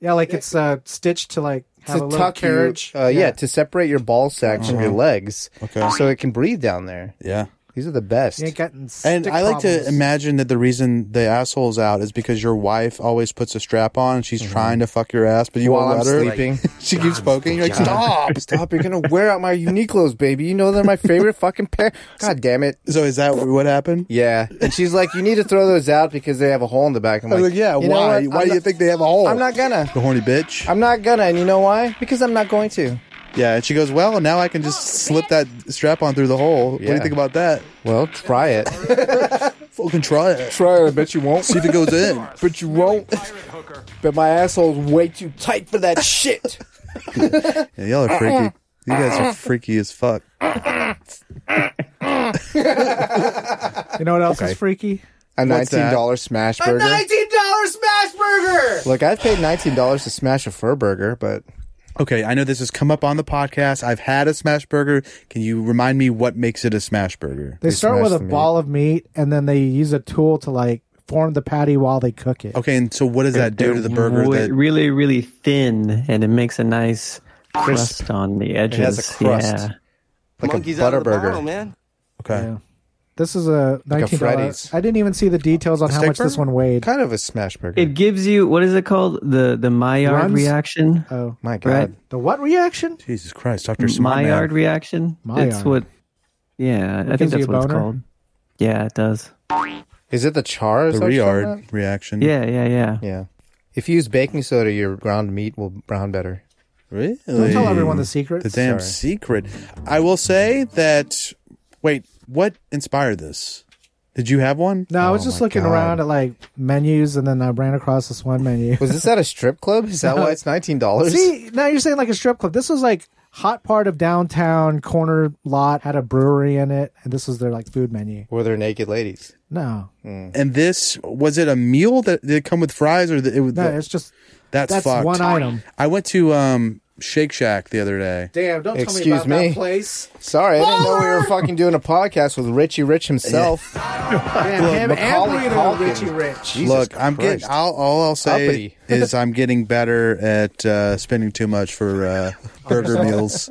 Yeah, like it's uh, stitched to like have a little you- carriage. uh, yeah. to separate your ball sack from your legs, Okay. so it can breathe down there. Yeah, These are the best. You ain't getting stick And I like to problems. imagine that the reason the asshole's out is because your wife always puts a strap on. And she's trying to fuck your ass, but you While won't I'm let her. [laughs] sleeping. she keeps poking. You're like, stop. Stop! You're gonna wear out my Uniqlo's, baby. You know they're my favorite fucking pair. God damn it! So is that what happened? Yeah, and she's like, "You need to throw those out because they have a hole in the back." I'm I like, was like, yeah. "You know why? what? Why I'm do you not- think they have a hole? I'm not gonna. The horny bitch. I'm not gonna, and you know why? Because I'm not going to. yeah. And she goes, well, now I can just Oh, slip that strap on through the hole. What do Yeah. you think about that? Well, try it. Fucking try it. try it. I bet you won't. See if it goes [laughs] in. But you won't. But my asshole's way too tight for that shit. Yeah, y'all are [laughs] freaky. You guys are freaky as fuck. You know what else is freaky? A What's nineteen that? dollar smash burger. Nineteen dollar smash burger. Look, I've paid nineteen dollars to smash a fur burger, but Okay, I know this has come up on the podcast. I've had a smash burger. Can you remind me what makes it a smash burger? They, start smash with a the meat. ball of meat and then they use a tool to like form the patty while they cook it. Okay, and so what does that do to the burger? Re- That really, really thin, and it makes a nice Crisp. crust on the edges. has a crust. Yeah. like Monkeys a out butter of the burger. bottle, man. okay, This is a nineteen dollars. Freddy's. I didn't even see the details on how steak much this burger? one weigd. Kind of a smash burger. It gives you what is it called? The the Maillard Runs? reaction. Oh, my god. right. the what reaction? Jesus Christ, Doctor Smart Maillard Man. reaction. It's Maillard. what. Yeah, I think gives you that's a what it's boner? called. Yeah, it does. Is it the char? The Riard reaction. Yeah, yeah, yeah. Yeah. If you use baking soda, your ground meat will brown better. really. Don't tell everyone the secret. The damn Sorry. secret. I will say that. Wait, what inspired this? Did you have one? no, I was Oh just my looking God. around at like menus, and then I ran across this one menu. Was this at a strip club? Is that why [laughs] it's nineteen dollars? See, now you're saying like a strip club. This was like hot part of downtown corner lot had a brewery in it, and this was their like food menu. Were there naked ladies? No, And this was it a meal that did it come with fries or the, it was no, the- it's just that's, that's fucked. one item. I went to um Shake Shack the other day. Damn, don't tell me Excuse about that me? place. Sorry, I didn't know we were fucking doing a podcast with Richie Rich himself. Damn, him and Macaulay Bruno Culkin. Richie Rich. Jesus Look, I'm Christ. getting. I'll, all I'll say Uppity. [laughs] is I'm getting better at uh, spending too much for uh, burger [laughs] meals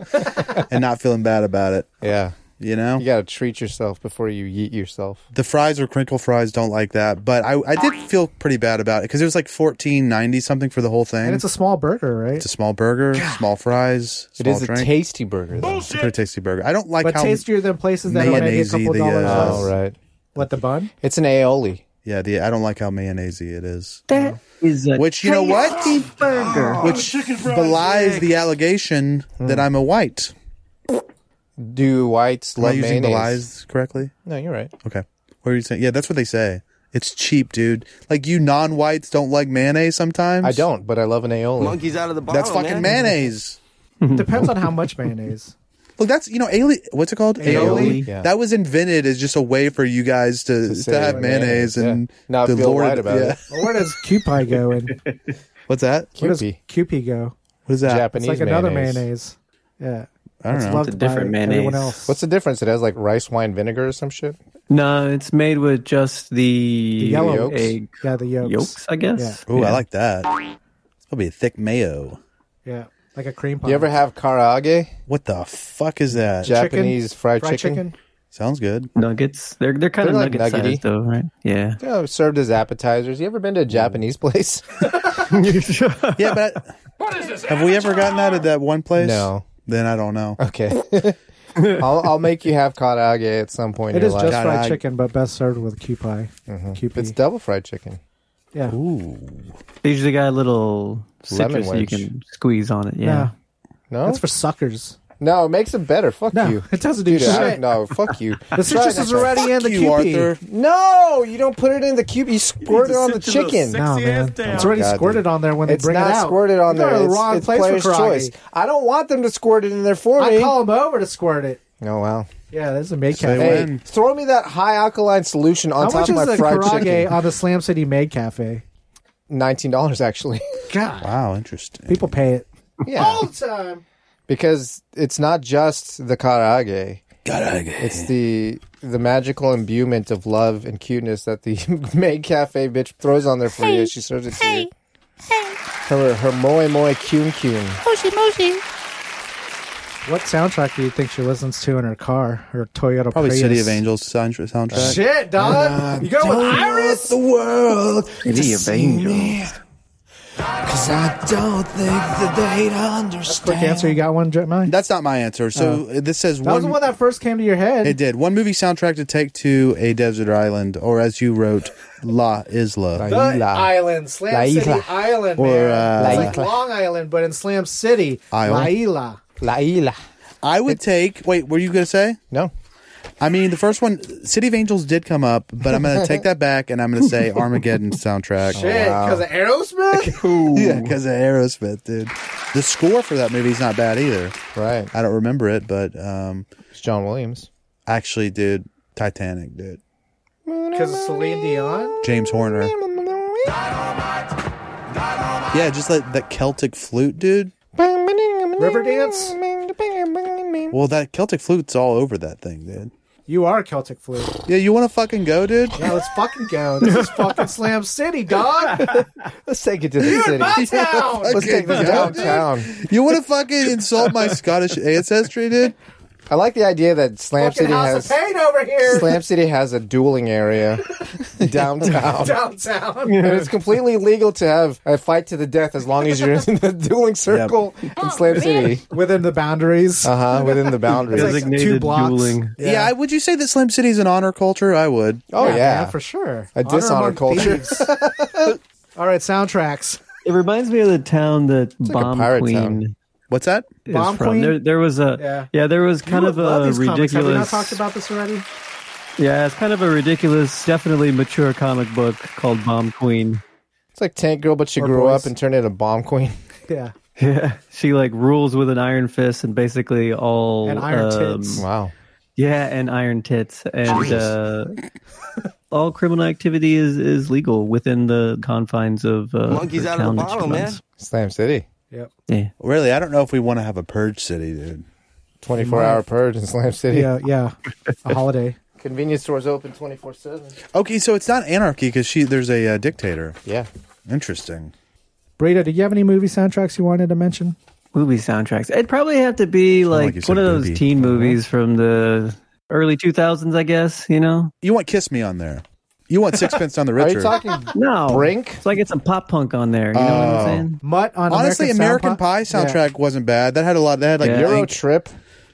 and not feeling bad about it. Yeah. You know, You gotta treat yourself before you eat yourself. the fries or crinkle fries don't like that, but I, I did feel pretty bad about it because it was like fourteen ninety something for the whole thing. And it's a small burger, right? It's a small burger, small fries, It small is a drink. tasty burger though. it's a pretty tasty burger. I don't like But how tastier than places that are maybe a mayonnaise-y couple the, dollars uh, less. All Oh, right. What the bun? It's an aioli. yeah the I don't like how mayonnaise it is. That is a Which you know what? tasty burger. Which belies the allegation that Hmm. I'm a white. Do whites Am I love using mayonnaise? belies correctly? No, you're right. Okay. What are you saying? Yeah, that's what they say. It's cheap, dude. Like you non-whites don't like mayonnaise sometimes. I don't, but I love an aioli. Monkeys out of the bottle. That's fucking man. mayonnaise. Depends on how much mayonnaise. Look, that's you know, ali- what's it called? Aioli? Yeah. That was invented as just a way for you guys to, to, say have mayonnaise, yeah. and Not the feel Lord. right about [laughs] it. Well, where [laughs] does Cupie go? And What's that? where does Kewpie. Cupie go? What is that? Japanese It's like another mayonnaise. mayonnaise. Yeah, I don't it's know. loved It's a different by Everyone mayonnaise. else. What's the difference? It has like rice wine vinegar or some shit. Uh-huh. No, it's made with just the, The yellow yolks. egg yeah the yolks? yolks, I guess. Ooh, Yeah. I like that. That'll be a thick mayo. Yeah, like a cream pie. You ever have karaage? What the fuck is that? Jap- Japanese fried chicken? Sounds good. nuggets. They're they're kind They're of like nugget nuggety. sized though, right? Yeah. Yeah, served as appetizers. You ever been to Mm. a Japanese [laughs] place? Yeah, but I- have we ever gotten that at that one place? No. Then I don't [laughs] know. Okay. I'll, I'll make you have karaage at some point in It your is just life. God, fried I- chicken, but best served with Cupie. Cupie. Mm-hmm. It's double fried chicken. yeah. They usually got a little citrus that you wedge. can squeeze on it. No, Yeah. No, that's for suckers. no, it makes it better. Fuck No, you. it doesn't do Dude, I- shit. no, fuck you. [laughs] The citrus is already in the you, Cupie. Arthur. No, you don't put it in the cube. [laughs] You squirt it on the chicken. No, man. It's already God, squirted dude. on there when they It's bring not it out. squirted on You go there. to the it's wrong it's place for player's karate. choice. I don't want them to squirt it in there for I me. call him over to squirt it. oh wow. Yeah, there's a Maid Say Cafe. Hey, When? throw me that high alkaline solution on How top much of is my the fried karage chicken. on the Slam City Maid Cafe? [laughs] Nineteen dollars actually. [laughs] God, Wow, interesting. people pay it. yeah, time. because it's not just the karaage. It's the the magical imbuement of love and cuteness that the [laughs] maid cafe bitch throws on there for you. as She serves it to you. Her her moe moe cune cune. Moshi Moshi. What soundtrack do you think she listens to in her car? Her Toyota Probably Prius? City of Angels sound- soundtrack. Shit, dog. You go with Iris? The world, City of Angels. cause I don't think that they'd understand. Quick answer. You got one, Jetmine? That That's not my answer. So uh, this says was the one. one Oh. that first came to your head. It did one movie soundtrack to take to a desert island, or as you wrote, La Isla. the Isla. island, Slam La City Isla. Island, Or, man. uh, it's La like Isla. Long Island, but in Slam City, Isle. La Isla. Laila. I would take. Wait, were you going to say? No. I mean, the first one, City of Angels, did come up, but I'm going to take that back, and I'm going to say [laughs] Armageddon soundtrack. Shit, because of Aerosmith. Yeah, because of Aerosmith, dude. The score for that movie's not bad either. Right. I don't remember it, but um, It's John Williams. actually, dude, Titanic, dude, Because of Celine Dion. James [laughs] Horner. Yeah, just like that Celtic flute, dude. Riverdance? Well, that Celtic flute's all over that thing, dude. You are Celtic flute. Yeah, you want to fucking go, dude? Now let's fucking go. This is fucking Slam City, dog. Let's take it to the city. Town. Let's take this downtown. You want to fucking insult my Scottish ancestry, dude? I like the idea that Slam Fucking City House has of Pain over here. Slam City has a [laughs] dueling area downtown. Downtown. [laughs] And it's completely legal to have a fight to the death as long as you're in the dueling circle in Oh, Slam City. Within the boundaries. Uh huh. Within the boundaries. like- Designated two blocks. dueling. [laughs] Yeah, I, would you say that Slim City's an honor culture? I would. oh yeah. man, for sure. A Honor dishonor among culture. [laughs] thieves. All right, soundtracks. It reminds me of the town that a Bomb pirate Queen town. What's that? is Bomb from. Queen? There, there was a Yeah. yeah. there was kind You of love a these comics. Have we not ridiculous. talked about this already? yeah, it's kind of a ridiculous, definitely mature comic book called Bomb Queen. It's like Tank Girl, but she Or grew boys. up and turned into Bomb Queen. [laughs] Yeah. Yeah, she like rules with an iron fist and basically all And iron um, tits. Wow. Yeah, and iron tits and uh, [laughs] all criminal activity is is legal within the confines of uh, Monkey's out of the town that she bottle, man. runs. Slam City. Yep. Yeah. Really, I don't know if we want to have a purge city, dude. 24 hour purge in Slam City. Yeah, yeah. A [laughs] holiday. Convenience stores open 24 7. Okay, so it's not anarchy because she there's a uh, dictator. Yeah. Interesting. Brita, did you have any movie soundtracks you wanted to mention? Movie soundtracks. It'd probably have to be like you said one of those booby. teen movies from the early 2000s, I guess, you know? You want Kiss Me on there? You want Sixpence on the Are Richer? you [laughs] talking No. Brink? So I get some pop punk on there. You know what Oh. I'm saying? Mutt on Honestly, American, Sound Pie Yeah. soundtrack wasn't bad. That had a lot. That had like Yeah. Euro. Euro Trip?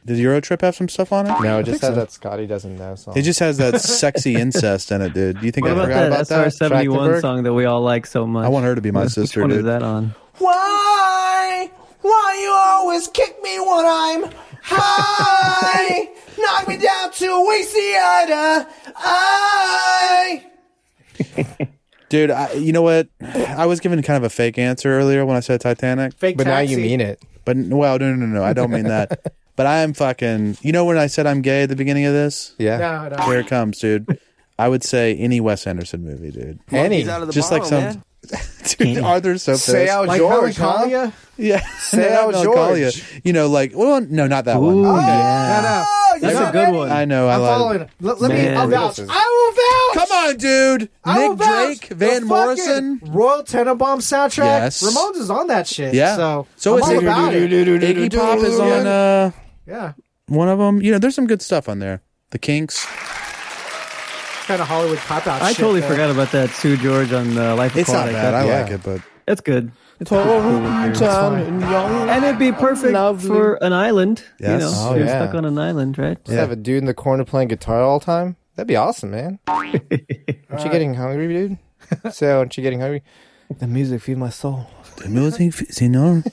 Did Eurotrip have some stuff on it? No, it think just had so. that Scotty doesn't know song. It just has that sexy incest in it, dude. Do you think What I about forgot that about that? SR71 Trachtenberg? song that we all like so much? I want her to be my Which sister, one is dude. that on? Why? Why you always kick me when I'm high? Knock me down to Wasiata. I. Dude, I, you know what? I was given kind of a fake answer earlier when I said Titanic, Fake but now taxi. you mean it. but well, no, no, no, no. I don't mean [laughs] that. But I am fucking. You know when I said I'm gay at the beginning of this? Yeah. No, no. Here it comes, dude. I would say any Wes Anderson movie, dude. Any. He's out of the Just like bottle, some. [laughs] dude, Arthur's so pissed. Say out Like George, huh? Melancholia? yeah. [laughs] Say out Melancholia. George. You know, like well, no, not that Ooh, one. No, yeah. no. Oh, That's a good one. I know. I I'm lied. following. it. Let, let me. Man. I'll vouch. I will vouch. Come on, dude. I will Nick Drake, vouch. Van The Morrison. fucking Royal Tenenbaum soundtrack. Yes. Ramones is on that shit. Yeah. So, So I'm is all Iggy- about it. Iggy Pop is on uh, Yeah. one of them. You know, there's some good stuff on there. The Kinks. Kind of Hollywood pop out. I shit, totally though. forgot about that Sue George on uh, Life It's not Aquatic. bad. I That- like it, but It's good. It's pretty cool with her. and it'd be perfect for an island. You Yes. know, Oh, you're yeah. stuck on an island, right? Just have a dude in the corner playing guitar all the time. That'd be awesome, man. [laughs] aren't you getting hungry, [laughs] dude? so, aren't you getting hungry? The music feed my soul. the music, you know,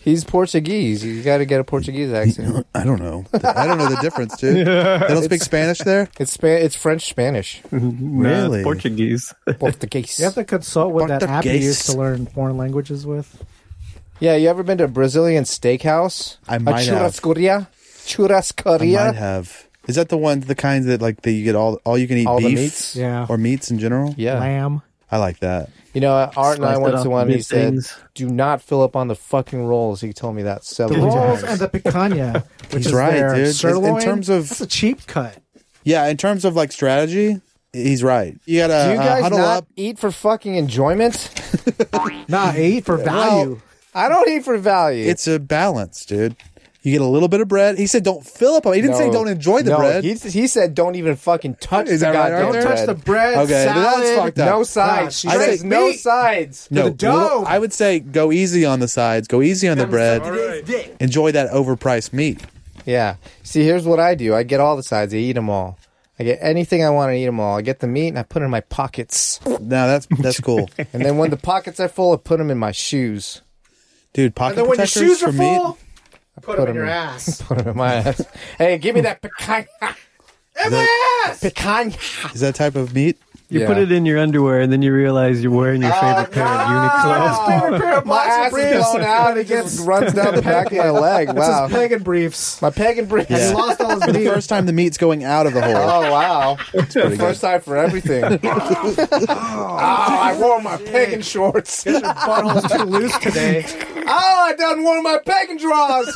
He's Portuguese. You got to get a Portuguese accent. I don't know. I don't know the difference, dude. [laughs] They don't speak Spanish there. It's Spa- it's French [laughs] Spanish. Nah, it's Really? Portuguese. [laughs] Portuguese. You have to consult with that app you Portuguese. used to learn foreign languages with. Yeah, you ever been to a Brazilian steakhouse? I might a have. churrascaria? I might Churrascaria? have. Is that the ones, the kinds that like that you get all all you can eat All the beef, meats? Yeah. or meats in general? Yeah. Lamb. I like that. You know, Art and I Sliced it went up to one and into he said, things. do not fill up on the fucking rolls. He told me that The several [laughs] rolls times. uh, and the picanha, which He's is right, their dude. In- in sirloin. terms of- that's a cheap cut. Yeah, in terms of like strategy, he's right. You gotta do you uh, guys huddle not up. eat for fucking enjoyment? Nah, eight for value. I don't eat for value. It's a balance, dude. You get a little bit of bread. He said, "Don't fill up." on-" He didn't say, No. "Don't enjoy the No, bread." He, he said, "Don't even fucking touch Is the that right, goddamn Arthur? bread. Don't touch the bread. Okay, then that's salad. fucked up. No Gosh, sides. She I says think- no meat. sides. no, the dough. little- I would say go easy on the sides, go easy on the bread. Enjoy that overpriced meat. Yeah. See, here's what I do. I get all the sides. I eat them all. I get anything I want to eat them all. I get the meat and I put it in my pockets. No, that's that's cool, And then when the pockets are full, I put them in my shoes. [laughs] dude. Pocket And then when your protectors shoes for are full, meat. put them in 'em your [laughs] in. ass. Put them in my ass. hey, give me that pecan. In my ass! Pecan. Is that type of meat? You Yeah. put it in your underwear, and then you realize you're wearing your favorite pair of His Uniqlo. favorite pair of Ah. My boxer ass is briefs. blown out. It gets runs down the back [laughs] of my leg. It's Wow. his pagan [laughs] briefs. My pagan breath. [laughs] He lost all his The meat. first time the meat's going out of the hole. Oh wow! pretty good. First time [laughs] for everything. oh, I wore my pegging shorts. oh, butthole's too loose today. I done wore my pegging drawers.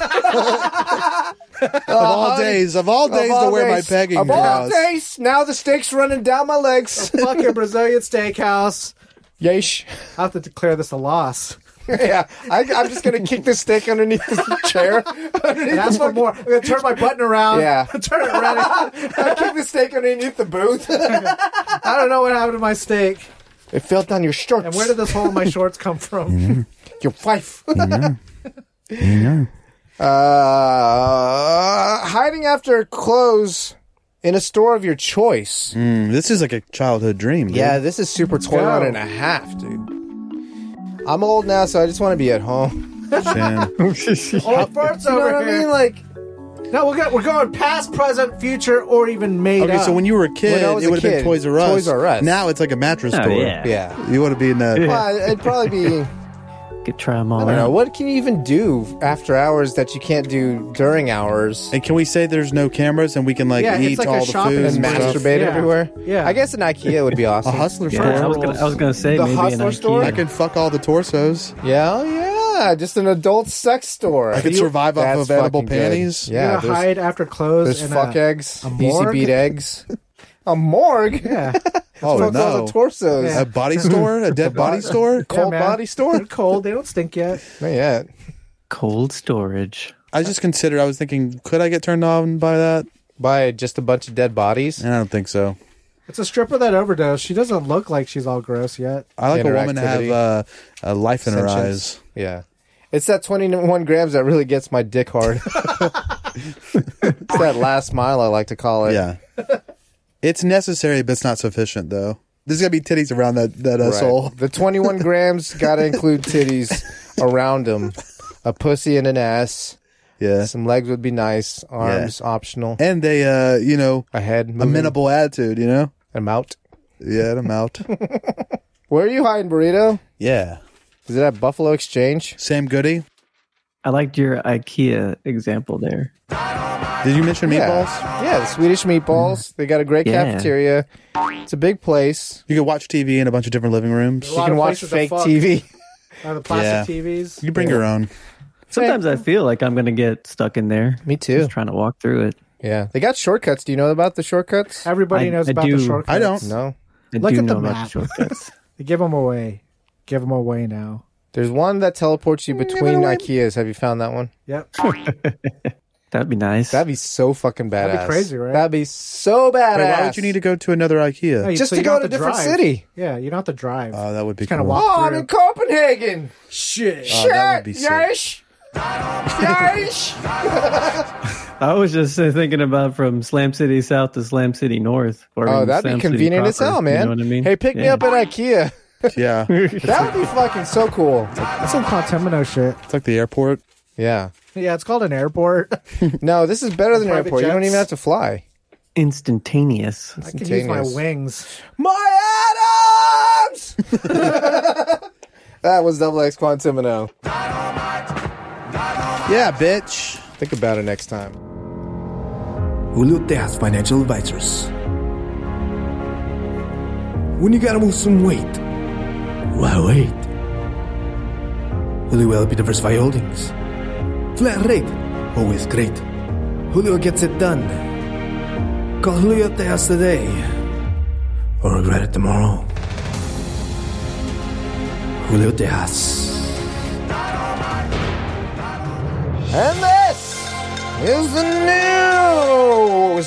Of all days, of all days Of all to wear days- my pegging Of all bras. days, now the steak's running down my legs. [laughs] Fucking Brazilian steakhouse. Yeesh. I have to declare this a loss. [laughs] yeah, I, I'm just gonna kick this steak underneath the [laughs] chair. And ask for more. I'm gonna turn my button around. [laughs] Yeah. turn it around. I kick the steak underneath the booth. I don't know what happened to my steak. [laughs] it fell down your shorts. And where did this hole in my shorts come [laughs] Mm-hmm. from? your [laughs] wife? Uh, hiding after clothes in a store of your choice. Mm, this is like a childhood dream. Dude. Yeah, this is super 21 and a half, dude. I'm old now, so I just want to be at home. [laughs] Damn. Old farts You know over what I here. mean? Like, No, we're, go- we're going past, present, future, or even made Okay, up. so when you were a kid, When I was it a would have been kid, Toys R Us. Toys R Us. Now it's like a mattress Oh, store. yeah. yeah. You want to be in that? Well, it'd probably be, Oh, I Get try them all don't know, out. what can you even do after hours that you can't do during hours? And can we say there's no cameras and we can like Yeah, it's eat like a all the shopping food And spree. stuff? masturbate Yeah. everywhere? Yeah. I guess an Ikea would be A awesome. hustler store. Yeah, I was gonna, I was gonna say The maybe an hustler store? I Ikea. could fuck all the torsos. Yeah, oh, yeah. Just an adult sex store. I could survive off That's of edible fucking good. panties. You're Yeah, gonna there's, hide after clothes there's and uh, fuck a, eggs, easy morgue? beat eggs. a morgue? [laughs] yeah, Oh Fuck all no. the torsos. A [laughs] body store? A dead body store? Yeah, Cold man. body store? They're cold. They don't stink yet. Not yet. Cold storage. I just considered. I was thinking, could I get turned on by that? By just a bunch of dead bodies. And I don't think so. It's a stripper that overdosed. She doesn't look like she's all gross yet. I like a woman to have Interactivity. uh, a life in her eyes. Sentience. Yeah. It's that 21 grams that really gets my dick [laughs] hard. it's that last mile, I like to call it. Yeah, it's necessary, but it's not sufficient though. There's gotta be titties around that that uh, Right. soul. The 21 grams got to include titties around them, a pussy and an ass. Yeah, Some legs would be nice, arms optional, and a uh, you know a head. Moving. amenable attitude. You know. I'm out. Yeah, I'm out. Where are you hiding, burrito? yeah, Is it at Buffalo Exchange? Sam Goody. I liked your Ikea example there. Did you mention meatballs? Yeah, yeah the Swedish Mm. meatballs. They got a great Yeah. cafeteria. It's a big place. You could watch TV in a bunch of different living rooms. A You lot can of watch places to fake fuck. [laughs] TV. Or the plastic TVs. You bring your own. Sometimes I feel like I'm gonna get stuck in there. Me too. Just trying to walk through it. Yeah, they got shortcuts. Do you know about the shortcuts? Everybody I- knows I about do. the shortcuts. I don't. No. I Look do at the know about map. [laughs] shortcuts. They give them away. Give them away now. There's one that teleports you between IKEAs. Have you found that one? Yep. That'd be nice. That'd be so fucking badass. That'd be crazy, right? That'd be so badass. Wait, why would you need to go to another No, IKEA? you- Just so to you don't go to have a different drive. city. Yeah, you don't have to drive. Oh, that would be Just kinda cool. walk. Oh, I'm Through. in Copenhagen. Shit. Oh, that would be sick. Yes. Yes. [laughs] I was just uh, thinking about from Slam City South to Slam City North. Or Oh, even that'd Slam be City convenient as proper, hell, man. You know what I mean? Hey, pick me Yeah. up at IKEA. Yeah, [laughs] it's That would be fucking so cool. That's some Contemino shit. like the airport. Yeah. Yeah, it's called an airport. [laughs] No, this is better than an Private airport. You don't jets. even have to fly. Instantaneous. I can use my Instantaneous. wings. My [laughs] Adams. that was Double X Quantimino. Yeah, bitch. Think about it next time. Hulute has financial advisors. When you gotta move some weight, why wait? Julio LP Diversify Holdings. Flat rate, always great. Julio gets it done. Call Julio Tejas today, or regret it tomorrow. Julio Tejas. And this is the news.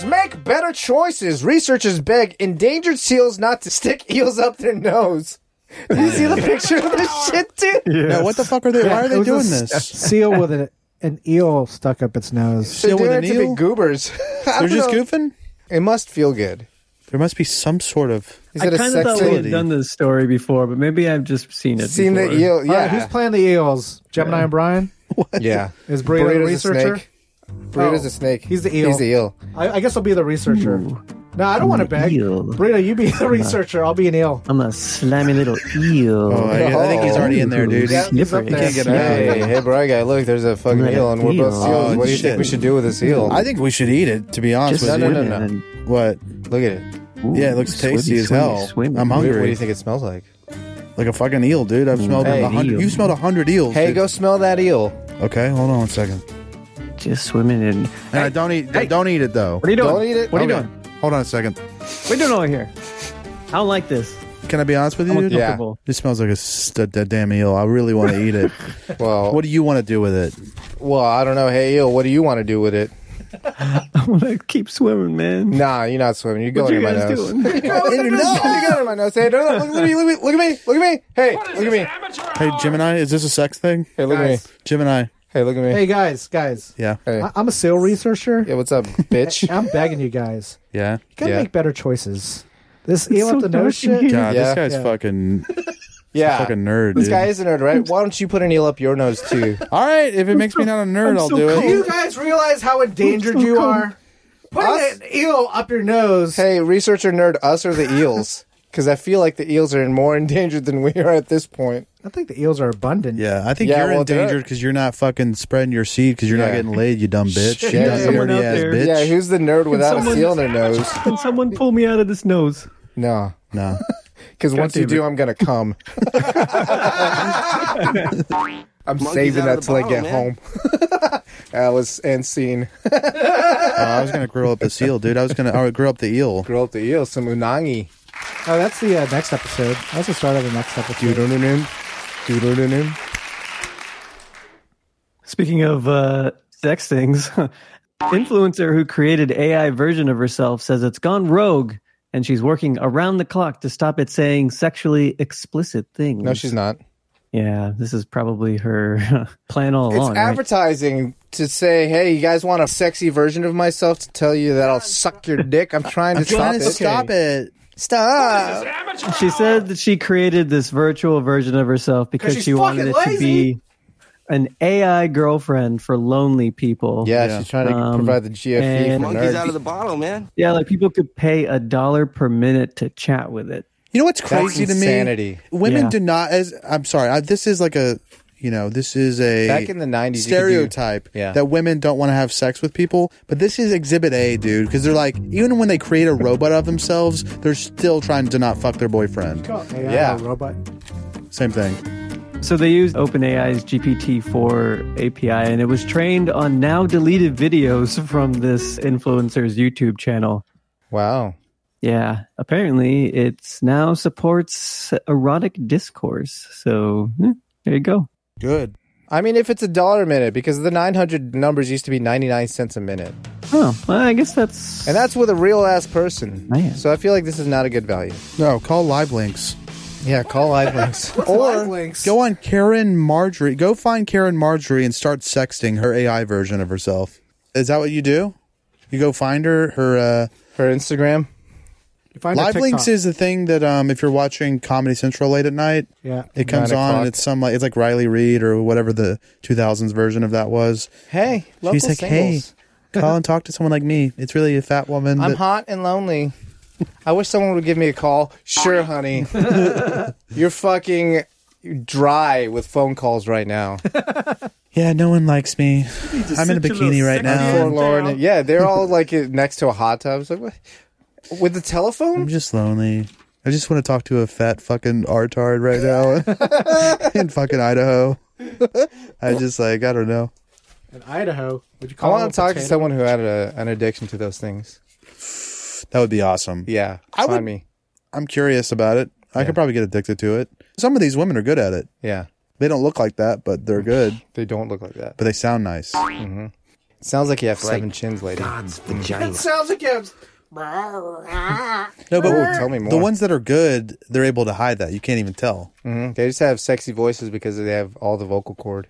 Make better choices. Researchers beg endangered seals not to stick [laughs] eels up their nose. [laughs] Did you see the picture of [laughs] this shit, dude? Now, what the fuck are they? why are It they was a doing s- this? Seal with an, an eel stuck up its nose. They're Seal with doing an it to eel? be goobers. [laughs] I They're don't just know. goofing. It must feel good. There must be some sort of. Is I it a kind of sex thought we thing? had done this story before, but maybe I've just seen it. Seen the before. eel? All right, who's Yeah, playing the eels? Gemini and Brian? yeah. Is Burrito, a Burrito's a researcher? snake. Burrito's Oh, a snake. he's the eel. He's the eel. I, I guess I'll be the researcher. No, I don't want to beg. eel. Burrito, you be [laughs] the researcher. I'll be an eel. I'm a slimy little eel. Oh, I, I think he's already in there, dude. Yeah, he's up there. Can't get Yeah. out. Hey, hey, bro, guy, look, there's a fucking Look at eel, and we're eel. both seals. Oh, what do you shit. think we should do with this eel? I think we should eat it. To be honest Just with no, you. no, swimming no. and- What? Look at it. ooh, Yeah, it looks tasty swimmy, as swimmy, hell. swimmy. I'm What, hungry. what do you think it smells like? Like a fucking eel, dude. I've smelled Hey, a hundred. eel. You smelled a hundred eels. Hey, dude. go smell that eel. Okay, hold on one second. Just swimming in. And I don't eat. Don't eat it though. What are you doing? Don't eat it. What are you Okay. doing? Hold on a second. What are you doing over here? I don't like this. Can I be honest with you? I'm Dude? Yeah. uncomfortable. This smells like a, st- a damn eel. I really want to eat it. Well, what do you want to do with it? well, I don't know. Hey, eel, what do you want to do with it? [laughs] I want to keep swimming, man. Nah, you're not swimming. You're What going you in my guys nose. doing? [laughs] You're going in my nose. Hey, no, no, look, look at me, look at me, look at me, look at me. Hey, look at me. Hey, Gemini, is this a sex thing? Hey, look at me. Guys. Gemini, Hey, look at me. Hey, guys, guys. yeah, Hey. I, I'm a seal researcher. Yeah, what's up, bitch? I'm begging you guys. yeah. You gotta Yeah. make better choices. This eel so up the nose dark in shit. here. God, Yeah. this guy's Yeah. fucking Yeah. fucking nerd. This dude. guy is a nerd, right? Why don't you put an eel up your nose too? All right, if it makes me not a [laughs] nerd, I'm I'll so do cold. it. Do you guys realize how endangered you are? Us? Putting an eel up your nose. Hey, researcher nerd, us or the [laughs] eels? Because I feel like the eels are in more endangered than we are at this point. I think the eels are abundant. Yeah, I think Yeah, you're well, endangered they're- because you're not fucking spreading your seed because you're not Yeah. getting laid, you [laughs] dumb bitch. you Yeah, dumb someone nerdy out ass there. bitch. [laughs] Yeah, who's the nerd without a someone- seal [laughs] in their nose? Can someone pull me out of this nose? No. no. Because once you damn it. do, I'm going [laughs] to come. I'm saving that till I get home. [laughs] Alice and scene. Uh, I was gonna grow up the seal, dude. I was gonna I would grow up the eel. Girl up the eel, some unagi. Oh, that's the uh, next episode. That's the start of the next episode. Doo-doo-doo-doo. Doo-doo-doo-doo. Speaking of uh, sex things, [laughs] influencer who created AI version of herself says it's gone rogue, and she's working around the clock to stop it saying sexually explicit things. No, she's not. Yeah, this is probably her [laughs] plan all It's along. right? advertising to say, "Hey, you guys want a sexy version of myself to tell you that I'll suck your dick." I'm trying to stop Trying it. to stop it. Stop. She said that she created this virtual version of herself because she's she wanted it fucking to be an AI girlfriend for lonely people. Yeah, Yeah. she's trying to Um, provide the GFE and- for Monkeys out nerds. of the bottle, man. Yeah, like people could pay a dollar per minute to chat with it. You know what's crazy to me? insanity. Women Yeah. do not as I'm sorry. I, this is like a you know this is a Back in the 90s, you could do- stereotype Yeah. that women don't want to have sex with people. But this is Exhibit A, dude, because they're like even when they create a robot of themselves, they're still trying to not fuck their boyfriend. AI, Yeah. a robot. Same thing. So they used OpenAI's GPT-4 API, and it was trained on now deleted videos from this influencer's YouTube channel. Wow. Yeah, apparently it's now supports erotic discourse. So eh, there you go. Good. I mean, if it's a dollar a minute, because the 900 numbers used to be 99 cents a minute, Oh, well, I guess that's and that's with a real ass person. Man. So I feel like this is not a good value. No, call Live Links. Yeah, call [laughs] LiveLinks. Or links. Go on Karen Marjorie. Go find Karen Marjorie and start sexting her AI version of herself. Is that what you do? You go find her her uh, Her Instagram. Find a Live Links TikTok. is the thing that um if you're watching Comedy Central late at night, Yeah. it comes Nine on o'clock. and it's some like it's like Riley Reid or whatever the 2000s version of that was. Hey, local She's like, singles. [laughs] hey, call and talk to someone like me. It's really a fat woman. I'm that- hot and lonely. I wish someone would give me a call. Sure, honey. You're fucking dry with phone calls right now. yeah, no one likes me. I'm in a bikini right now. Forlorn. Yeah, they're all like next to a hot tub. It's like, what? With the I'm telephone? just lonely. I just want to talk to a fat fucking artard right now [laughs] in fucking Idaho. I just like I don't know. In Idaho. Would you I call it want a to talk to potato? someone who had a, an addiction to those things. That would be awesome. Yeah, I find would- me. I'm curious about it. I could probably get addicted to it. Some of these women are good at it. Yeah, They don't look like that, but they're good. They don't look like that. But they sound nice. Sounds like you have seven chins, lady. God's vagina. Sounds like you No, but Oh, tell me more. the ones that are good, they're able to hide that. You can't even tell. Mhm. They just have sexy voices because they have all the vocal cord.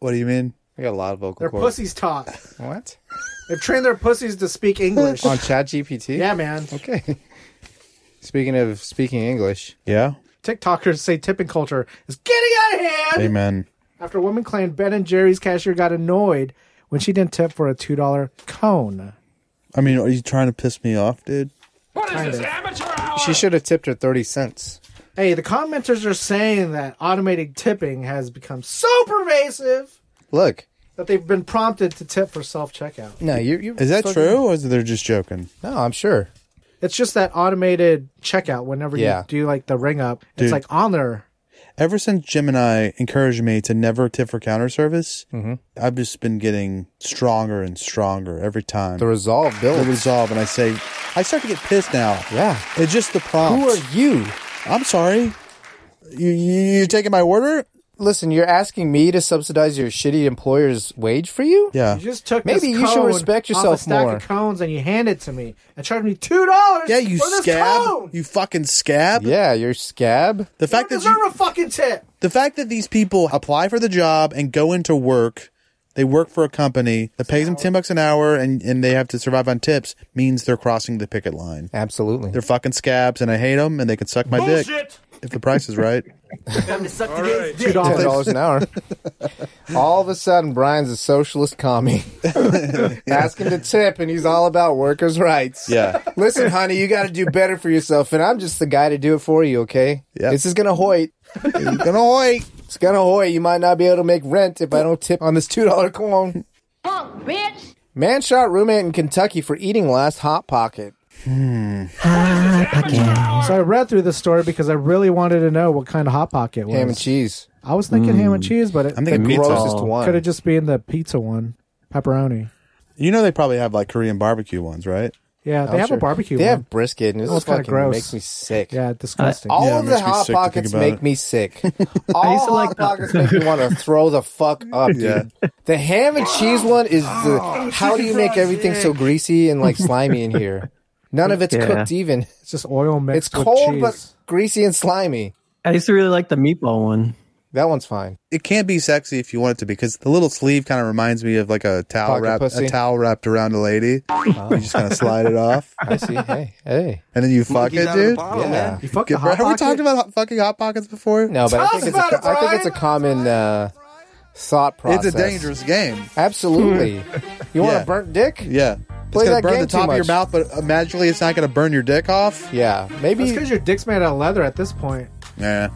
What do you mean? They got a lot of vocal Their cord. pussies talk. What? They've trained their pussies to speak English. [laughs] On Chat GPT? yeah, man. Okay. Speaking of speaking English, Yeah. TikTokers say tipping culture is getting out of hand. Amen. After a woman claimed Ben and Jerry's cashier got annoyed when she didn't tip for a two dollar cone. I mean, are you trying to piss me off, dude? she should have tipped her 30 cents. Hey, the commenters are saying that automated tipping has become so pervasive Look. that they've been prompted to tip for self checkout. No, you. you Is that fucking- true, or is they're just joking? No, I'm sure. It's just that automated checkout whenever Yeah. you do like the ring up, Dude. it's like on there. Ever since Jim and I encouraged me to never tip for counter service, I've just been getting stronger and stronger every time. The resolve The builds. resolve, and I say, I start to get pissed now. Yeah. It's just the prompt. Who are you? I'm sorry. You, you you taking my order? Listen, you're asking me to subsidize your shitty employer's wage for you? Yeah. You just took Maybe this you should cone respect off yourself a stack more. of cones and you hand it to me and charged me two dollars. yeah, you for this scab. Cone. You fucking scab. Yeah, you're scab. The You don't fact that deserve you, a fucking tip. the fact that these people apply for the job and go into work, they work for a company that pays them ten bucks an hour, and and they have to survive on tips means they're crossing the picket line. Absolutely. They're fucking scabs, and I hate them, and they can suck my dick if the price is [laughs] right. Two Ten dollars. dollars an hour. [laughs] all of a sudden, Brian's a socialist [laughs] commie. Asking to tip, and he's all about workers' rights. Yeah. Listen, honey, you got to do better for yourself, and I'm just the guy to do it for you. Okay. Yeah. This is gonna hoit. gonna hoy. It's gonna hoit. You might not be able to make rent if I don't tip on this two [laughs] dollar cone. bitch. Man shot roommate in Kentucky for eating last hot pocket. So I read through this story because I really wanted to know what kind of hot pocket it was. Ham and cheese. I was thinking ham and cheese, but it Hmm. I'm thinking pizza. Grossest Oh. one. could have just been the pizza one, pepperoni. You know they probably have like Korean barbecue ones, right? Yeah, they I'm have sure. a barbecue. They one. have brisket, and it's was kinda fucking gross. makes me sick. yeah, disgusting. All Yeah, it of the makes me hot sick to think pockets about make it. [laughs] me sick. All hot pockets make me want to throw the fuck up, dude. The ham and cheese one is Oh, the how do you make everything so greasy and like slimy [laughs] in here? None of it's Yeah. cooked even. it's just oil It's mixed with cold cheese. but greasy and slimy. I used to really like the meatball one. That one's fine. It can't be sexy if you want it to be, because the little sleeve kind of reminds me of like a towel Pocket wrap, pussy. Uh-huh. a towel wrapped around a lady. You just kind of slide [laughs] it off, I see. Hey, [laughs] hey. and then you fuck it, dude. Yeah. you fuck the Get- hot Have we pocket? talked about hot- fucking hot pockets before? No, but I think it's about a, it, I think it's a common uh, thought process. it's a dangerous game. [laughs] Absolutely. You want Yeah. a burnt dick? Yeah, it's Play gonna that burn game the top too of your much. mouth, but uh, magically it's not gonna burn your dick off. Yeah. It's Maybe because your dick's made out of leather at this point. Yeah,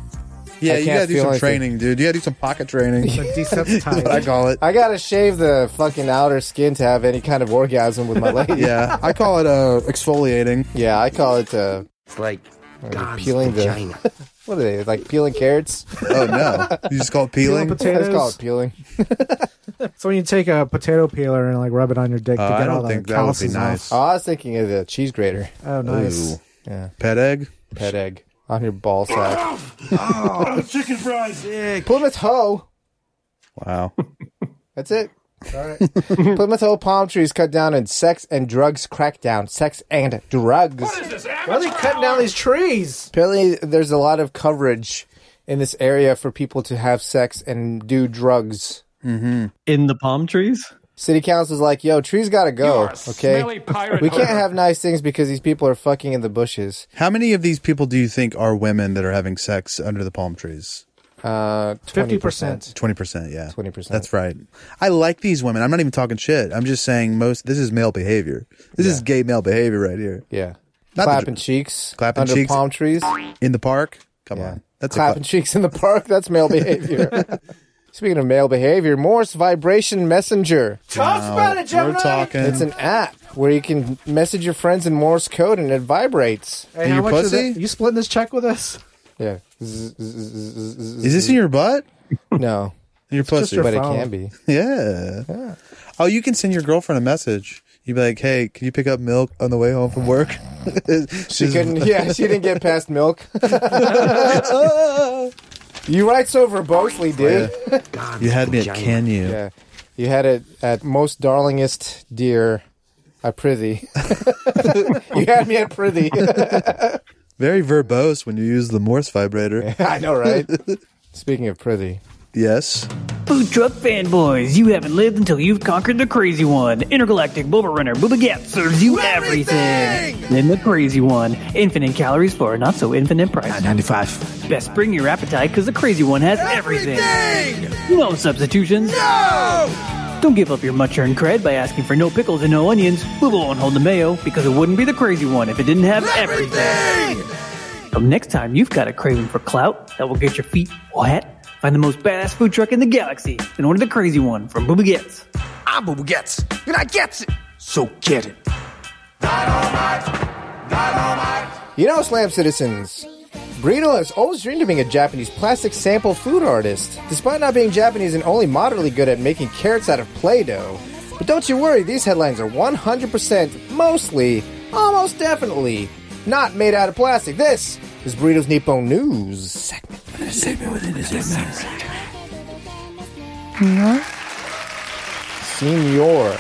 yeah, I you can't gotta do feel some anything. training, dude. You gotta do some pocket training. It's [laughs] That's like what I desensitized. call it. I gotta shave the fucking outer skin to have any kind of orgasm with my lady. [laughs] Yeah, I call it uh, exfoliating. Yeah, I call it uh, It's like God's peeling the- vagina. what are they like [laughs] peeling carrots? Oh no, you just call it peeling. Peeling Let's call potatoes. it peeling. So when you take a potato peeler and like rub it on your dick Uh, to I get all don't the think that would be calluses nice. Oh, I was thinking of the cheese [laughs] grater, off. Oh, nice. Ooh. Yeah. Pet egg. pet egg on your [laughs] ball sack. Chicken fries. Plymouth Hoe. Wow. That's it. [laughs] All right. Plymouth Hoe palm trees cut down in sex and drugs crackdown. Sex and drugs. Why are they cutting down these trees? Apparently, there's a lot of coverage in this area for people to have sex and do drugs. In the palm trees? City council's like, yo, trees gotta go. Okay. We can't have nice things because these people are fucking in the bushes. How many of these people do you think are women that are having sex under the palm trees? Uh, 50%. 20%. 20%, yeah. 20%. That's right. I like these women. I'm not even talking shit. I'm just saying most this is male behavior. This is gay male behavior right here. Yeah. Not clapping the, cheeks. Clapping under cheeks. palm trees. in the park? Come Yeah. on. That's clapping a cheeks in the park. That's [laughs] male behavior. Speaking of male behavior, Morse Vibration Messenger. Talk about it, cla- We're Gemini. talking. It's an app where you can message your friends in Morse code and it vibrates. Hey, Your how much is pussy? it? You splitting this check with us? Yeah. Zzz, zzz, zzz, zzz, zzz. is this in your butt? No, In your pussy. your but it phone. can [laughs] be. yeah. Oh, you can send your girlfriend a message. You'd be like, "Hey, can you pick up milk on the way home from work?" [laughs] She couldn't. Yeah, she didn't get past milk. [laughs] You write so verbosely, dude. You had me at can you? Oh, Yeah. You had it at most darlingest dear, I prithee. [laughs] you had me at prithee. Very verbose when you use the Morse vibrator. [laughs] I know, right? Speaking of prithee. Yes. Food truck fanboys, you haven't lived until you've conquered the crazy one. Intergalactic Booba Runner Booba Gap serves you everything. Then the crazy one, infinite calories for a not so infinite price. 95. Best bring your appetite because the crazy one has everything. No substitutions. No. Don't give up your much-earned cred by asking for no pickles and no onions. We won't hold the mayo because it wouldn't be the crazy one if it didn't have everything. Come next time you've got a craving for clout that will get your feet wet. Find the most badass food truck in the galaxy and order the crazy one from Booba Gets. I'm Booba Gets, and I gets it. So get it. You know, Slam Citizens, Burrito has always dreamed of being a Japanese plastic sample food artist, despite not being Japanese and only moderately good at making carrots out of Play Doh. But don't you worry, these headlines are 100% mostly, almost definitely, not made out of plastic. This is Burrito's Nippon News segment. Senor.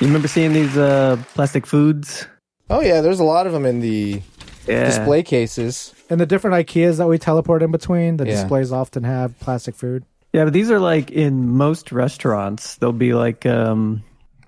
You remember seeing these uh, plastic foods? Oh, yeah, there's a lot of them in the Yeah. display cases. And the different IKEAs that we teleport in between, the Yeah. displays often have plastic food. Yeah, but these are like in most restaurants. They'll be like, um,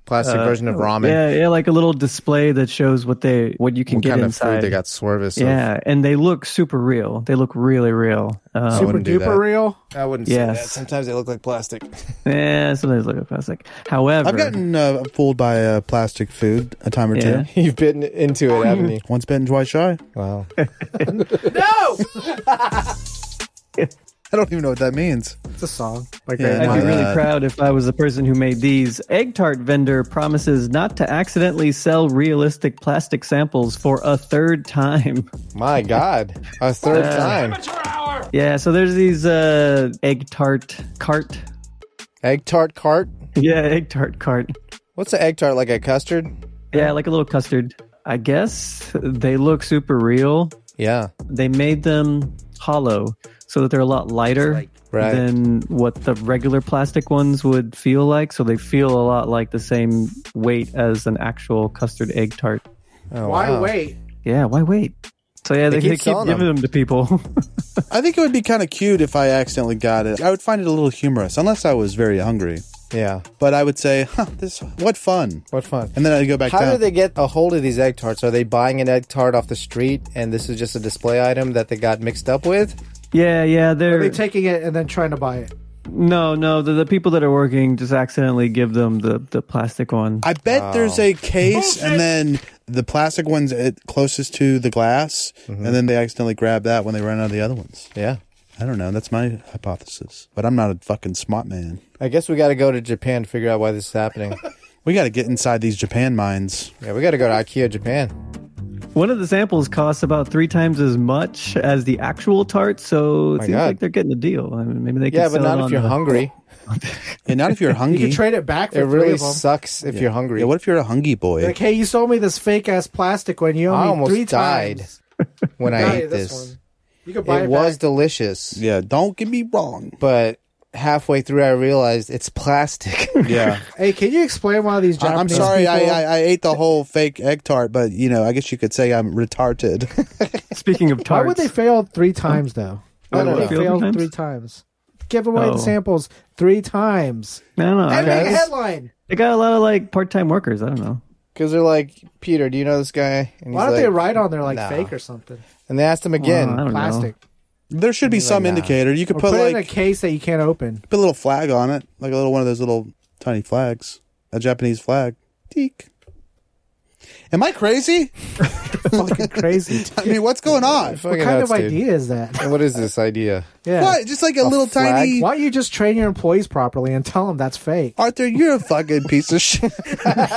Plastic version of ramen. yeah, yeah, like a little display that shows what they what you can What get kind inside. of food they got swervis of. Yeah, and they look super real. They look really real. Um, Super wouldn't do that. duper real. I wouldn't Yes. Sometimes they look like plastic. Yeah, sometimes look at plastic. However, I've gotten uh, fooled by uh, plastic food a time or Yeah. two. [laughs] You've bitten into it, [laughs] haven't you? Once bitten, twice shy. Wow. I don't even know what that means. It's a song. Like Yeah. right I'd my be really God. uh, proud if I was the person who made these. Egg tart vendor promises not to accidentally sell realistic plastic samples for a third time. [laughs] My God. A third time. Yeah, so there's these uh, egg tart cart. [laughs] Egg tart cart. Yeah, egg tart cart. What's an egg tart like a custard? Yeah, like a little custard. I guess they look super real. Yeah. They made them hollow so that they're a lot lighter Right. than what the regular plastic ones would feel like. So they feel a lot like the same weight as an actual custard egg tart. Oh, Why wow. wait? Yeah, why wait? So yeah, They they, keep they keep selling giving them. [laughs] to people. I think it would be kind of cute if I accidentally got it. I would find it a little humorous, unless I was very hungry. Yeah. But I would say, huh, this what fun. What fun. And then I'd go back How do down. they get a hold of these egg tarts? Are they buying an egg tart off the street and this is just a display item that they got mixed up with? yeah, yeah, Are they're they taking it and then trying to buy it? no, no. The, the people that are working just accidentally give them the the plastic one. I bet there's a case and then the plastic one's at closest to the glass, and then they accidentally grab that when they run out of the other ones. Yeah. I don't know. That's my hypothesis. But I'm not a fucking smart man. I guess we got to go to Japan to figure out why this is happening. We got to get inside these Japan mines. yeah, we got to go to IKEA Japan. One of the samples costs about three times as much as the actual tart, so it My seems God. like they're getting a deal. I mean, maybe they can Yeah, sell but it not on if you're the- hungry. And not if you're You hungry. can trade it back for It three really of them. sucks if you're hungry. Yeah, what if you're a hungry boy? Like, hey, you sold me this fake ass plastic one. You owe I me almost three died. times. when I Buy ate this, one. You could buy it, it was back. delicious. yeah, don't get me wrong. But halfway through, I realized it's plastic. [laughs] Yeah. Hey, can you explain why these I- [laughs] Japanese I'm sorry I, people- I, I ate the whole fake egg tart, but you know, I guess you could say I'm retarded. [laughs] [laughs] Speaking [laughs] of Why tarts, would they fail three times though? Why don't would they know. fail Fail three three times? Give away Oh. the samples three times. I don't know. And I- make a headline. They got a lot of like part-time workers. I don't know. Because they're like, Peter, do you know this guy? And Why he's don't they like- write on there like "No." fake or something? And they asked him I again. don't know. Plastic. there should be some nah. indicator. You could Or put, put, it like in a case that you can't open. [laughs] put a little flag on it, like a little one of those little tiny flags, a Japanese flag. Teak. Am I crazy? Fucking crazy. I mean, what's going on? Fucking what kind nuts, of dude. idea is that? [laughs] And what is this idea? Yeah. What? Just like a, little flag? tiny Why don't you just train your employees properly and tell them that's fake? Arthur. You're a fucking piece of [laughs] shit.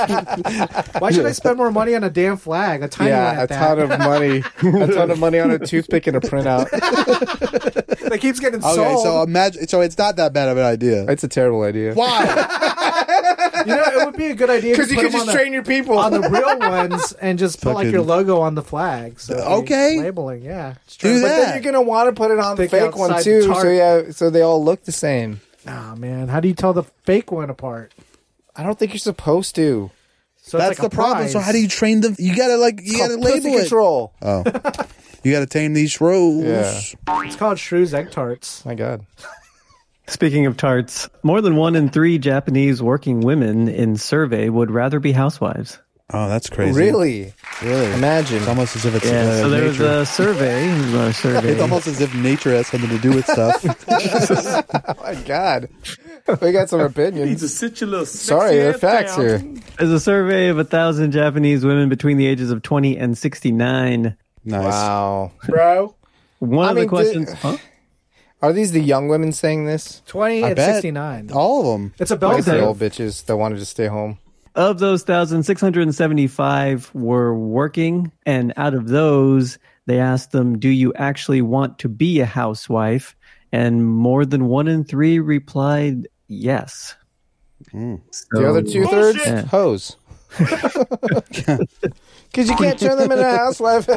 Why [laughs] should I spend more money on a damn flag? A tiny one yeah, at a that. ton of money. a ton of money [laughs] on a toothpick and a printout. that keeps getting Okay, sold. so imagine. So it's not that bad of an idea. It's a terrible idea. Why? You know, it would be a good idea [laughs] Because because you could just train your people. on the real ones and just put like your Fucking- logo on the flag. So it'd be Okay. labeling, yeah, it's Do true. But then that. [laughs] you're gonna want to put it on the Thick fake one outside too, so tarp. yeah, so they all look the same. Nah, man, how do you tell the fake one apart? I don't think you're supposed to. So That's the problem. So how do you train them? You gotta like you gotta Called pussy label it. control. Oh, you gotta tame these rules. Yeah. It's called shrews egg tarts. My God. Speaking of tarts, more than one in three Japanese working women in survey would rather be housewives. Oh, that's crazy. Really? Really? Imagine. It's almost as if it's uh, so there was nature. [laughs] a survey. it was a survey. It's almost as if nature has something to do with [laughs] stuff. Oh My God. We got some opinions. to sit your little Sorry, there are facts here. There's a survey of a thousand Japanese women between the ages of 20 and 69. nice. Wow. bro. One I of mean, the questions. the- huh? Are these the young women saying this? Twenty I and bet. sixty nine. All of them. It's a Like bell it's the curve. old bitches that wanted to stay home. Of those 1,675 were working, and out of those, they asked them, Do you actually want to be a housewife? And more than one in three replied, Yes. The So- other two thirds Oh. Yeah. hoes. Because you can't turn them into a housewife. [laughs] the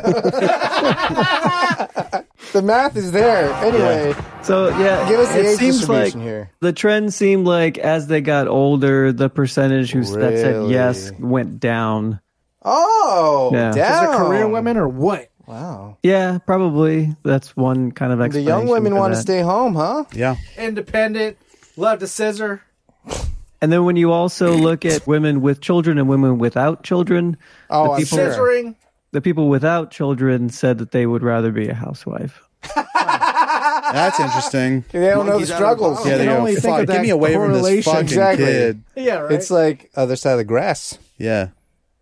math is there. Anyway, So yeah, Give us the it age seems like distribution here. the trend seemed like as they got older, the percentage who that said Really? yes went down. oh, Yeah. yeah. Is it Is it career women or what? Wow, Yeah, probably that's one kind of the explanation. young women for want to that. stay home, huh? Yeah. Independent, love to scissor. And then when you also look at women with children and women without children, Oh, I'm people- sure. scissoring. the people without children said that they would rather be a housewife. [laughs] That's interesting. They don't know the struggles. Yeah, can they go, only think "Fuck, of give that me away from this correlation." fucking Exactly. kid. Yeah, right. It's like other side of the grass. Yeah,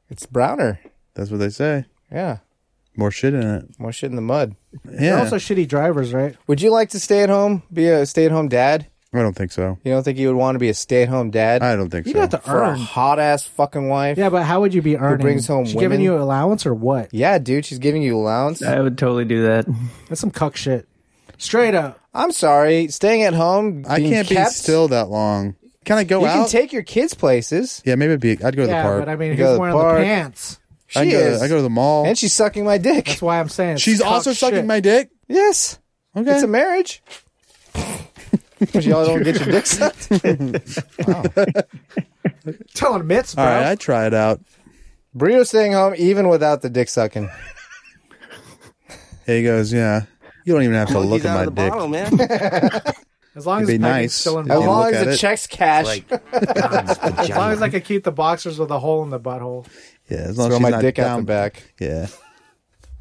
It's browner. that's what they say. Yeah, More shit in it. more shit in the mud. Yeah. They're also shitty drivers, right? Would you like to stay at home? Be a stay-at-home dad? I don't think so. You don't think you would want to be a stay-at-home dad I don't think You so. have to for a earn. hot ass fucking wife? Yeah, but how would you be earning? brings home She giving women? you allowance or what? Yeah, dude, she's giving you allowance. I would totally do that. That's some cuck shit. Straight up. I'm sorry, staying at home. I being can't kept- be still that long. Can I go You out? can take your kids places. yeah, maybe it'd be, I'd go to yeah, the park. but I mean, You go to who's the wearing park. the pants? I She go, is, I go to the mall. and she's sucking my dick. That's why I'm saying. it's She's cuck also sucking shit. my dick. [laughs] yes, Okay. it's a marriage. but y'all don't [laughs] get your dick sucked. telling mitts, bro. All right, I try it out. Burrito staying home even without the dick sucking. He goes, yeah. You don't even have to look at my dick. [laughs] man. as long as It'd be Peggy's nice. still As As You involved. long look as at the it. check's cash. As long as I could keep the boxers with a hole in the butthole. Yeah, as long as Throw she's my not dick out down- the back. Yeah.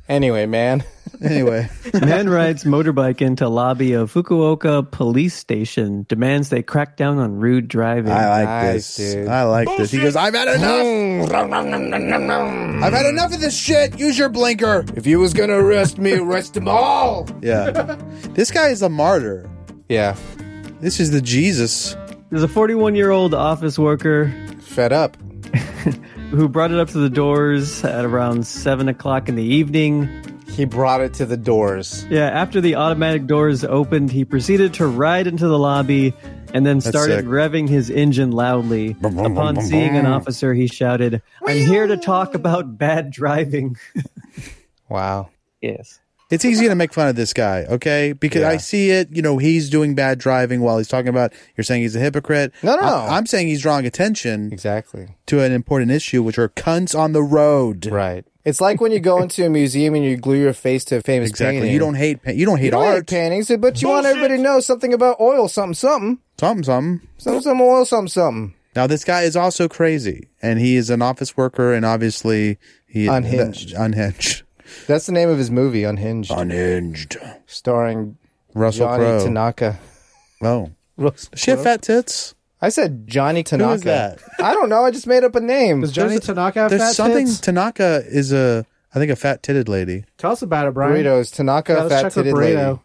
Anyway, man. [laughs] Anyway, Man rides motorbike into lobby of Fukuoka police station, demands they crack down on rude driving. I like Nice, this. dude. I like this. He goes, I've had enough. [laughs] I've had enough of this shit. Use your blinker. If you was gonna arrest me, arrest [laughs] them all. Yeah. this guy is a martyr. Yeah, This is the Jesus. There's a 41 year old office worker fed up. who brought it up to the doors at around 7 o'clock in the evening. He brought it to the doors. Yeah, after the automatic doors opened, he proceeded to ride into the lobby and then started sick. revving his engine loudly. Upon seeing an officer, he shouted, I'm here to talk about bad driving. Wow. Yes. It's easy to make fun of this guy, okay? Because Yeah. I see it. You know, he's doing bad driving while he's talking about. You're saying he's a hypocrite. No, no, I- no. I'm saying he's drawing attention Exactly. to an important issue, which are cunts on the road. Right. It's like when you go into a museum and you glue your face to a famous Exactly. painting. You don't hate. pa- You don't hate You don't hate art. paintings, but you want everybody to know something about oil, something, something, something, something. something, something, oil, something, something. Now this guy is also crazy, and he is an office worker, and obviously he Unhinged. [laughs] unhinged, That's the name of his movie, Unhinged, Uh, unhinged. starring Russell Johnny Crowe. Tanaka. oh, Russell she had fat tits. I said Johnny Tanaka. Who is that? I don't know. I just made up a name. Does Johnny There's- Tanaka have There's fat something. tits? Tanaka is a, I think, a fat titted lady. Tell us about it, Brian. Burritos. Tanaka, Yeah, let's fat check the titted lady. burrito.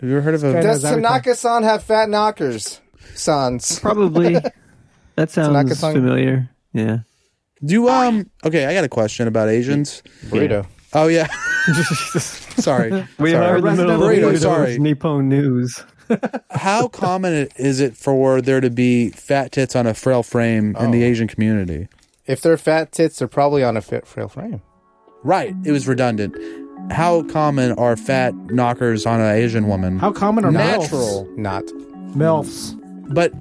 Have you ever heard of a? Kinda- Does Knows everything. Tanaka san have fat knockers? Sans. Probably. that sounds Tanaka-san. familiar. Yeah. Do you, um? Okay, I got a question about Asians. Burrito. Oh yeah. [laughs] Sorry. We are in the Resident middle Burrito, of sorry. Nippon News. How common is it for there to be fat tits on a frail frame in the Oh. Asian community? If they're fat tits, they're probably on a fit frail frame. Right, it was redundant. How common are fat knockers on an Asian woman? How common are Natural, not. milfs? Milfs, but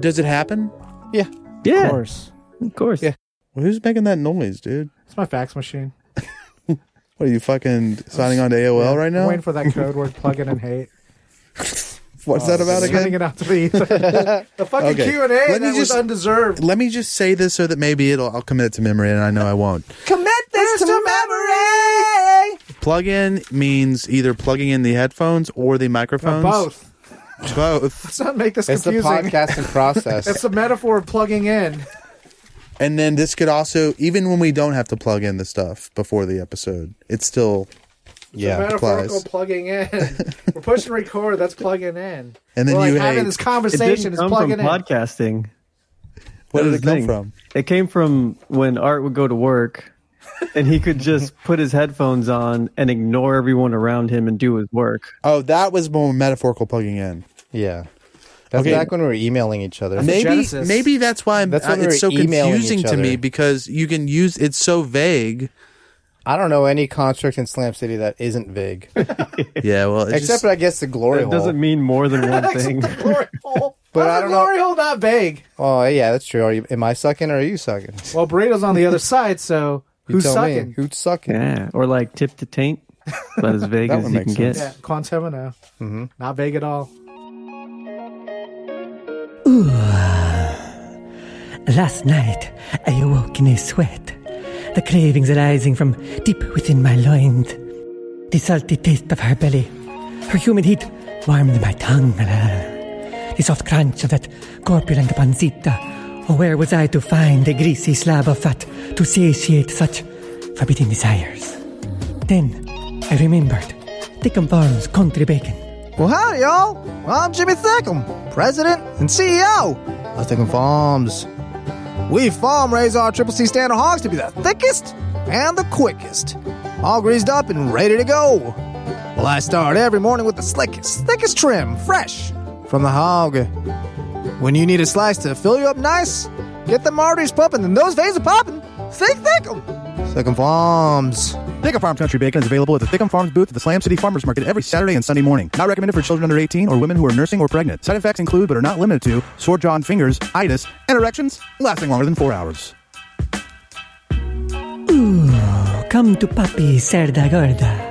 does it happen? Yeah. of Yeah, course. of course. Yeah. Well, who's making that noise, dude? It's my fax machine. What are you fucking signing on to AOL right now? I'm waiting for that [laughs] code word. Plug in and hate. What's that about again? Sending it out to the ether. [laughs] the fucking Okay. Q and A Let me that was just- undeserved. Let me just say this so that maybe it'll I'll commit it to memory, and I know I won't. It's a memory. Plug in means either plugging in the headphones or the microphones. Both. Uh, Both. Let's not make this It's the confusing. podcasting It's process. a metaphor of plugging in. And then this could also, even when we don't have to plug in the stuff before the episode, it's still. yeah. Metaphorical applies. plugging in. We're pushing record. That's plugging in. And then We're like you having hate. this It conversation didn't is come from plugging in. podcasting. Where did That was it the come thing. from? It came from when Art would go to work and he could just put his headphones on and ignore everyone around him and do his work. Oh, that was more metaphorical plugging in. Yeah. That's Okay. back when we were emailing each other. Maybe, Genesis. maybe that's why I'm, That's when uh, we it's were so emailing confusing each to me other. because you can use it's so vague. I don't know any construct in Slam City that isn't vague. Yeah, well, it's Except, just, I guess, the glory It doesn't hole. mean more than one thing. [laughs] Glory hole. Why But I is don't the know- glory hole not vague. Oh, yeah, that's true. Are you, am I sucking or are you sucking? Well, burrito's on the other side, so You who's tell sucking? Me. Who's sucking? yeah, or like tip to taint. [laughs] About as vague That as one you can makes get. Yeah, Quantemino. Mm-hmm. Not vague at all. Last night, I awoke in a sweat, the cravings arising from deep within my loins. The salty taste of her belly, her humid heat warmed my tongue. The soft crunch of that corpulent pancita. Oh, where was I to find a greasy slab of fat to satiate such forbidding desires? Then I remembered Dickon Farms country bacon. Well, howdy, y'all. Well, I'm Jimmy Thickum, president and CEO of Thickum Farms. We farm raise our Triple C standard hogs to be the thickest and the quickest, all greased up and ready to go. Well, I start every morning with the slickest, thickest trim, fresh from the hog. When you need a slice to fill you up nice, get them arteries pumping and those veins are popping. Think Thickum. Thickum Farms. Thickum Farms Country Bacon is available at the Thickum Farms booth at the Slam City Farmers Market every Saturday and Sunday morning. Not recommended for children under 18 or women who are nursing or pregnant. Side effects include, but are not limited to, sore jaw and fingers, itis, and erections lasting longer than four hours. "Oh, Come to Papi Cerda Gorda.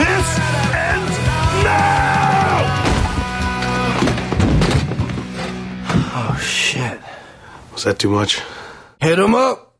This ends now! Shit. Was that too much? Oh, Hit 'em up.